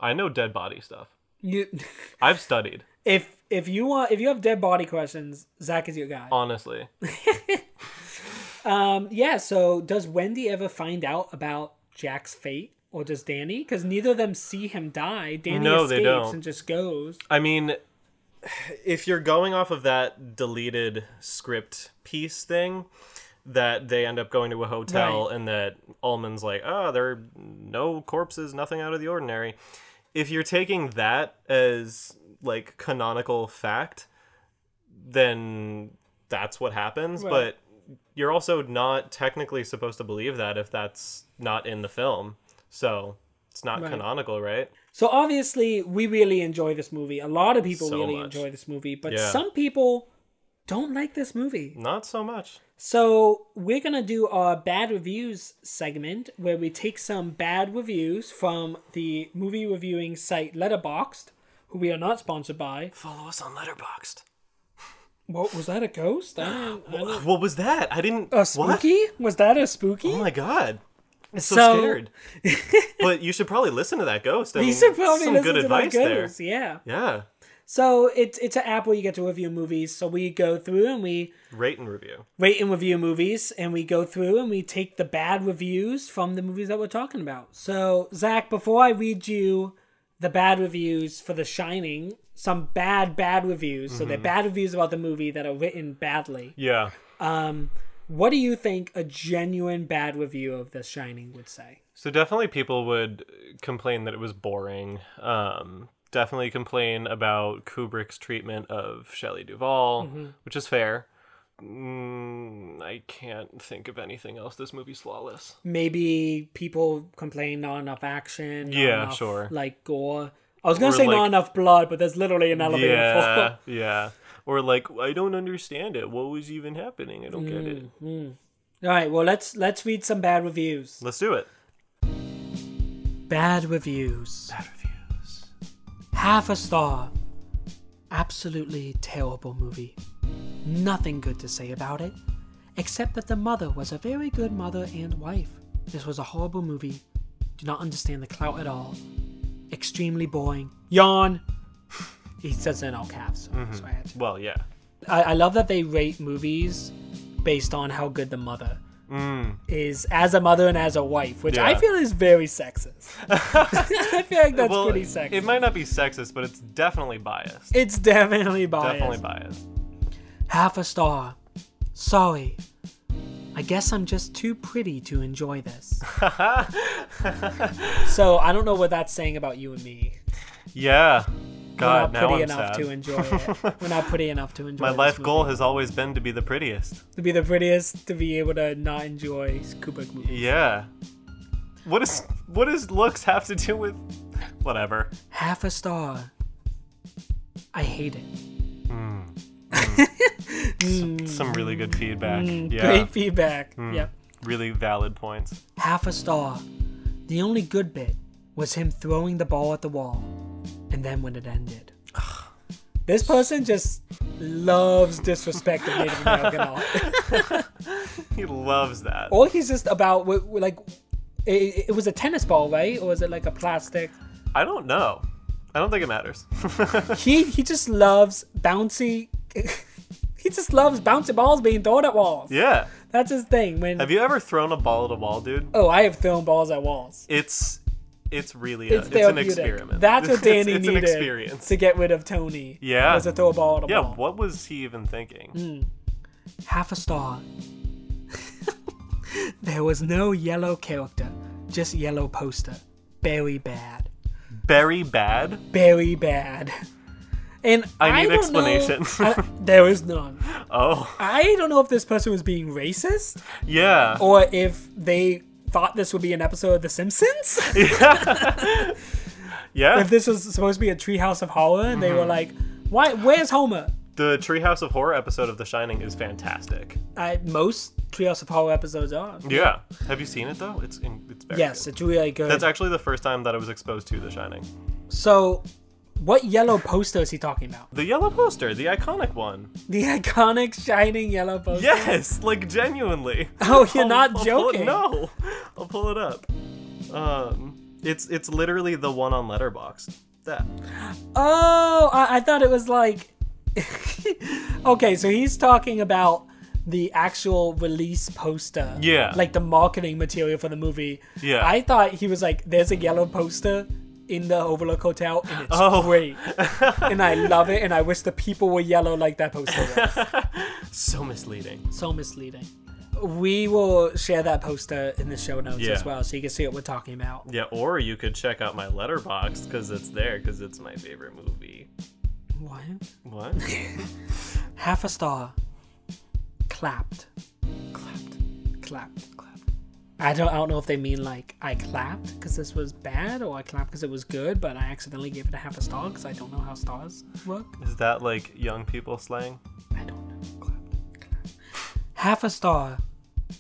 B: I know dead body stuff.
A: You,
B: I've studied,
A: if if you want, if you have dead body questions, Zach is your guy.
B: honestly.
A: Um, yeah. So does Wendy ever find out about Jack's fate? Or does Danny? Because neither of them see him die. Danny
B: No, they
A: escapes
B: don't.
A: and just goes.
B: I mean, if you're going off of that deleted script piece thing, that they end up going to a hotel and that Ullman's like, oh, there are no corpses, nothing out of the ordinary. If you're taking that as like canonical fact, then that's what happens.
A: Right.
B: But you're also not technically supposed to believe that if that's not in the film. So it's not
A: Right.
B: canonical, right?
A: So obviously, we really enjoy this movie. A lot of people
B: So
A: really
B: much.
A: enjoy this movie, but
B: Yeah.
A: some people don't like this movie.
B: Not so much.
A: So we're gonna do our bad reviews segment where we take some bad reviews from the movie reviewing site Letterboxd, who we are not sponsored by.
B: Follow us on Letterboxd.
A: What was that? A ghost? I didn't, I didn't-
B: What was that? I didn't.
A: A
B: what?
A: spooky? Was that a spooky?
B: Oh my god. I'm so,
A: So-
B: scared. but you should probably listen to that ghost. I mean,
A: you should probably
B: some
A: listen
B: good
A: to that
B: advice
A: ghost. Yeah.
B: there. Yeah.
A: So it's it's an app where you get to review movies. So we go through and we
B: Rate and review.
A: rate and review movies, and we go through and we take the bad reviews from the movies that we're talking about. So Zach, before I read you the bad reviews for The Shining, some bad bad reviews. So
B: Mm-hmm.
A: they're bad reviews about the movie that are written badly.
B: Yeah.
A: What do you think a genuine bad review of The Shining would say?
B: So definitely people would complain that it was boring. Um, definitely complain about Kubrick's treatment of Shelley Duvall,
A: Mm-hmm.
B: which is fair. Mm, I can't think of anything else. This movie's flawless.
A: maybe people complain not enough action. not
B: Yeah,
A: enough,
B: sure.
A: Like gore. I was gonna
B: Or,
A: say not
B: like-
A: enough blood, but there's literally an elevator
B: Yeah,
A: fall.
B: yeah. Or like, I don't understand it. What was even happening? I don't get
A: Mm.
B: it.
A: All right, well let's let's read some bad reviews.
B: Let's do it.
A: Bad reviews.
B: Bad reviews.
A: Half a star. Absolutely terrible movie. Nothing good to say about it, except that the mother was a very good mother and wife. This was a horrible movie. Do not understand the clout at all. Extremely boring. Yawn. he says it in all caps, so, so I had to.
B: Well, yeah.
A: I, I love that they rate movies based on how good the mother is as a mother and as a wife, which I
B: Mm. Yeah.
A: feel is very sexist. I feel like that's
B: well,
A: pretty sexist.
B: it might not be sexist, but it's definitely biased.
A: It's definitely biased.
B: Definitely biased.
A: Half a star. Sorry. I guess I'm just too pretty to enjoy this. so I don't know what that's saying about you and me.
B: Yeah. God,
A: We're
B: now
A: not
B: I'm
A: pretty enough
B: sad.
A: to enjoy it. We're not pretty enough to enjoy.
B: My
A: this
B: life
A: movie.
B: goal has always been to be the prettiest.
A: to be the prettiest, to be able to not enjoy Kubrick movies.
B: Yeah. What is what does looks have to do with whatever?
A: Half a star. I hate it.
B: Some really good feedback. Yeah.
A: Mm.
B: Hmm.
A: Great feedback. Yep.
B: Really valid points.
A: half a star. The only good bit was him throwing the ball at the wall, and then when it ended. This person just loves disrespect of Native American art.
B: He loves that.
A: Or he's just about, wi- wi- like, it, it was a tennis ball, right? Or was it like a plastic?
B: I don't know. I don't think it matters.
A: He he just loves bouncy. he just loves bouncy balls being thrown at walls.
B: yeah.
A: That's his thing. When
B: Have you ever thrown a ball at a wall, dude?
A: oh, I have thrown balls at walls.
B: It's it's really a,
A: It's,
B: it's, an
A: therapeutic.
B: experiment.
A: That's what
B: It's- it's-
A: Danny
B: it's,
A: needed
B: an experience.
A: to get rid of Tony.
B: Yeah.
A: was to throw a Hmm. ball at a
B: Yeah,
A: wall.
B: what was he even thinking?
A: Half a star. there was no yellow character, just yellow poster. Very bad.
B: Very bad?
A: Very bad. And
B: I need
A: don't know-
B: explanation.
A: I- there is none.
B: Oh.
A: I don't know if this person was being racist
B: Yeah.
A: or if they thought this would be an episode of The Simpsons.
B: Yeah.
A: if this was supposed to be a Treehouse of Horror, and they were
B: Mm-hmm.
A: like, "Why? Where's Homer?"
B: The Treehouse of Horror episode of The Shining is fantastic.
A: I, most Treehouse of Horror episodes are.
B: Yeah. Have you seen it though? It's in, it's very
A: Yes,
B: good.
A: it's really good.
B: That's actually the first time that I was exposed to The Shining.
A: so, what yellow poster is he talking about?
B: The yellow poster, the iconic one.
A: The iconic shining yellow poster.
B: Yes, like genuinely.
A: Oh, you're not
B: I'll pull it-
A: joking.
B: no, I'll pull it up. Um, it's it's literally the one on Letterboxd. That.
A: Oh, I, I thought it was like. okay, so he's talking about the actual release poster.
B: Yeah.
A: Like the marketing material for the movie.
B: Yeah.
A: I thought he was like, there's a yellow poster in the Overlook Hotel, and it's
B: Oh.
A: great. and I love it, and I wish the people were yellow like that poster was.
B: So misleading.
A: so misleading. We will share that poster in the show notes
B: Yeah.
A: as well, so you can see what we're talking about.
B: Yeah, or you could check out my Letterboxd because it's there because it's my favorite movie.
A: What?
B: What?
A: Half a star. Clapped.
B: Clapped.
A: Clapped. Clapped. I don't. I don't know if they mean like I clapped because this was bad, or I clapped because it was good, but I accidentally gave it a half a star because I don't know how stars work.
B: Is that like young people slang?
A: I don't know. half a star.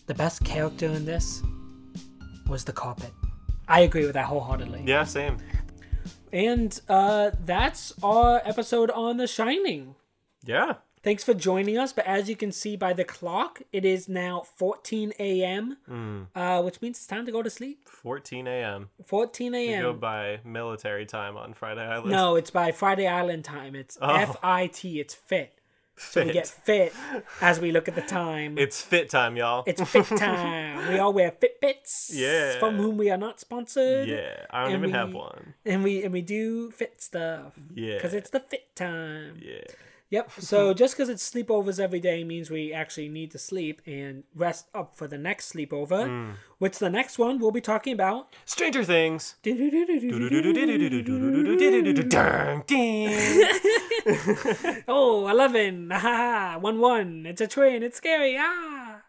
A: The best character in this was the carpet. I agree with that wholeheartedly.
B: Yeah, same.
A: And uh, that's our episode on The Shining.
B: Yeah.
A: Thanks for joining us. But as you can see by the clock, it is now 14 a.m.,
B: Hmm.
A: uh, which means it's time to go to sleep.
B: 14 a.m.
A: 14
B: You go
A: a.m.
B: by military time on Friday Island.
A: No, it's by Friday Island time. It's
B: Oh.
A: F I T. It's fit. So we
B: Fit.
A: get fit as we look at the time.
B: It's fit time, y'all.
A: It's fit time. we all wear Fitbits.
B: Yeah.
A: From whom we are not sponsored.
B: yeah. I don't
A: and
B: even have
A: we-
B: one.
A: And we and we do fit stuff.
B: Yeah.
A: Because it's the fit time.
B: Yeah.
A: Yep. So just because it's sleepovers every day means we actually need to sleep and rest up for the next sleepover, which the next one we'll be talking about.
B: Stranger Things.
A: Oh,
B: Dun, ding.
A: 11. Ah, 1 1. It's a train. It's scary. Ah.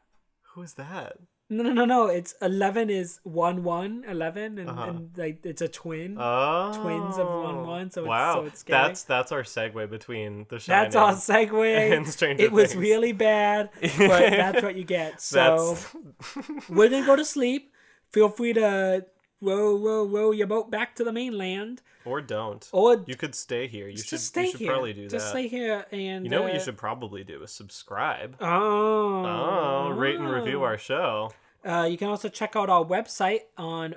B: Who's that?
A: No, no, no, no. It's 11 is 1 1, 11, and, and like it's a twin.
B: Oh,
A: Twins of one one, so it's-
B: wow,
A: so it's scary.
B: that's that's our segue between the Shining.
A: That's our segue.
B: And Stranger
A: it was
B: Things.
A: really bad, but that's what you get. So
B: That's
A: we're gonna go to sleep. Feel free to row, row, row your boat back to the mainland,
B: or don't.
A: or
B: Oh, You could stay here. You
A: just
B: should.
A: stay
B: you should
A: here.
B: probably do
A: just
B: that.
A: stay here, and
B: you know what
A: uh,
B: you should probably do is subscribe.
A: Oh,
B: Oh, rate and review our show.
A: Uh, you can also check out our website on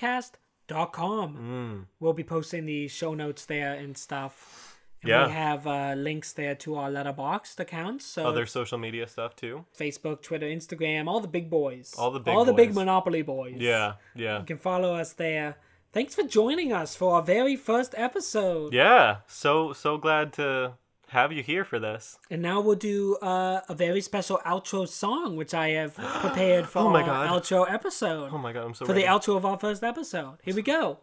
B: Mm.
A: FridayIslandPodcast.com. We'll be posting the show notes there and stuff. And
B: Yeah.
A: we have uh, links there to our letterboxed accounts. So
B: Other social media stuff too.
A: Facebook, Twitter, Instagram, all the big boys.
B: All the big
A: All the big
B: boys.
A: Monopoly boys.
B: Yeah, yeah,
A: You can follow us there. Thanks for joining us for our very first episode.
B: yeah. So so glad to have you here for this.
A: And now we'll do uh, a very special outro song, which I have prepared for
B: Oh my
A: our
B: God.
A: outro episode.
B: Oh my god, I'm so
A: for the
B: ready.
A: outro of our first episode. Here we go.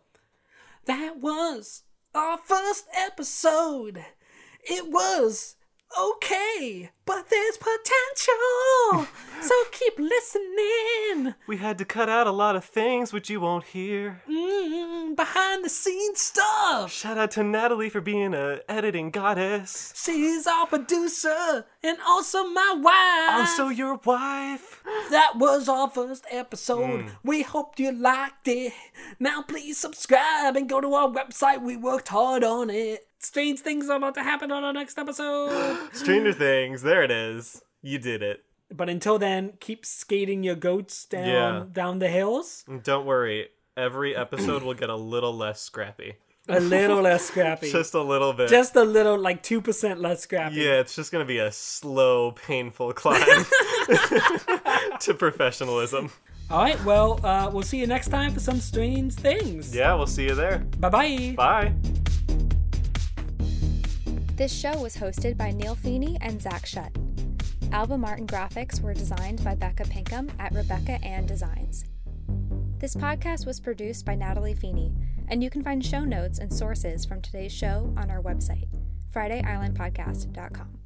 A: That was our first episode. It was okay, but there's potential. so keep listening.
B: we had to cut out a lot of things which you won't hear.
A: Mm, behind the scenes stuff.
B: Shout out to Natalie for being a editing goddess.
A: She's our producer and also my wife.
B: Also, your wife.
A: that was our first episode. We hoped you liked it. Now please subscribe and go to our website. We worked hard on it. Strange things are about to happen on our next episode.
B: Stranger Things. There it is. You did it.
A: but until then, keep skating your goats down
B: Yeah.
A: down the hills.
B: And Don't worry. Every episode will get a little less scrappy.
A: A little less scrappy. just,
B: Just a little bit.
A: a little, like two percent less scrappy.
B: yeah, it's just gonna be a slow, painful climb to professionalism.
A: All right. Well, uh, we'll see you next time for some strange things.
B: Yeah, we'll see you there.
A: Bye-bye.
B: Bye.
C: This show was hosted by Neil Feeney and Zach Shutt. Album art and graphics were designed by Becca Pinkham at Rebecca Ann Designs. This podcast was produced by Natalie Feeney, and you can find show notes and sources from today's show on our website, FridayIslandPodcast.com.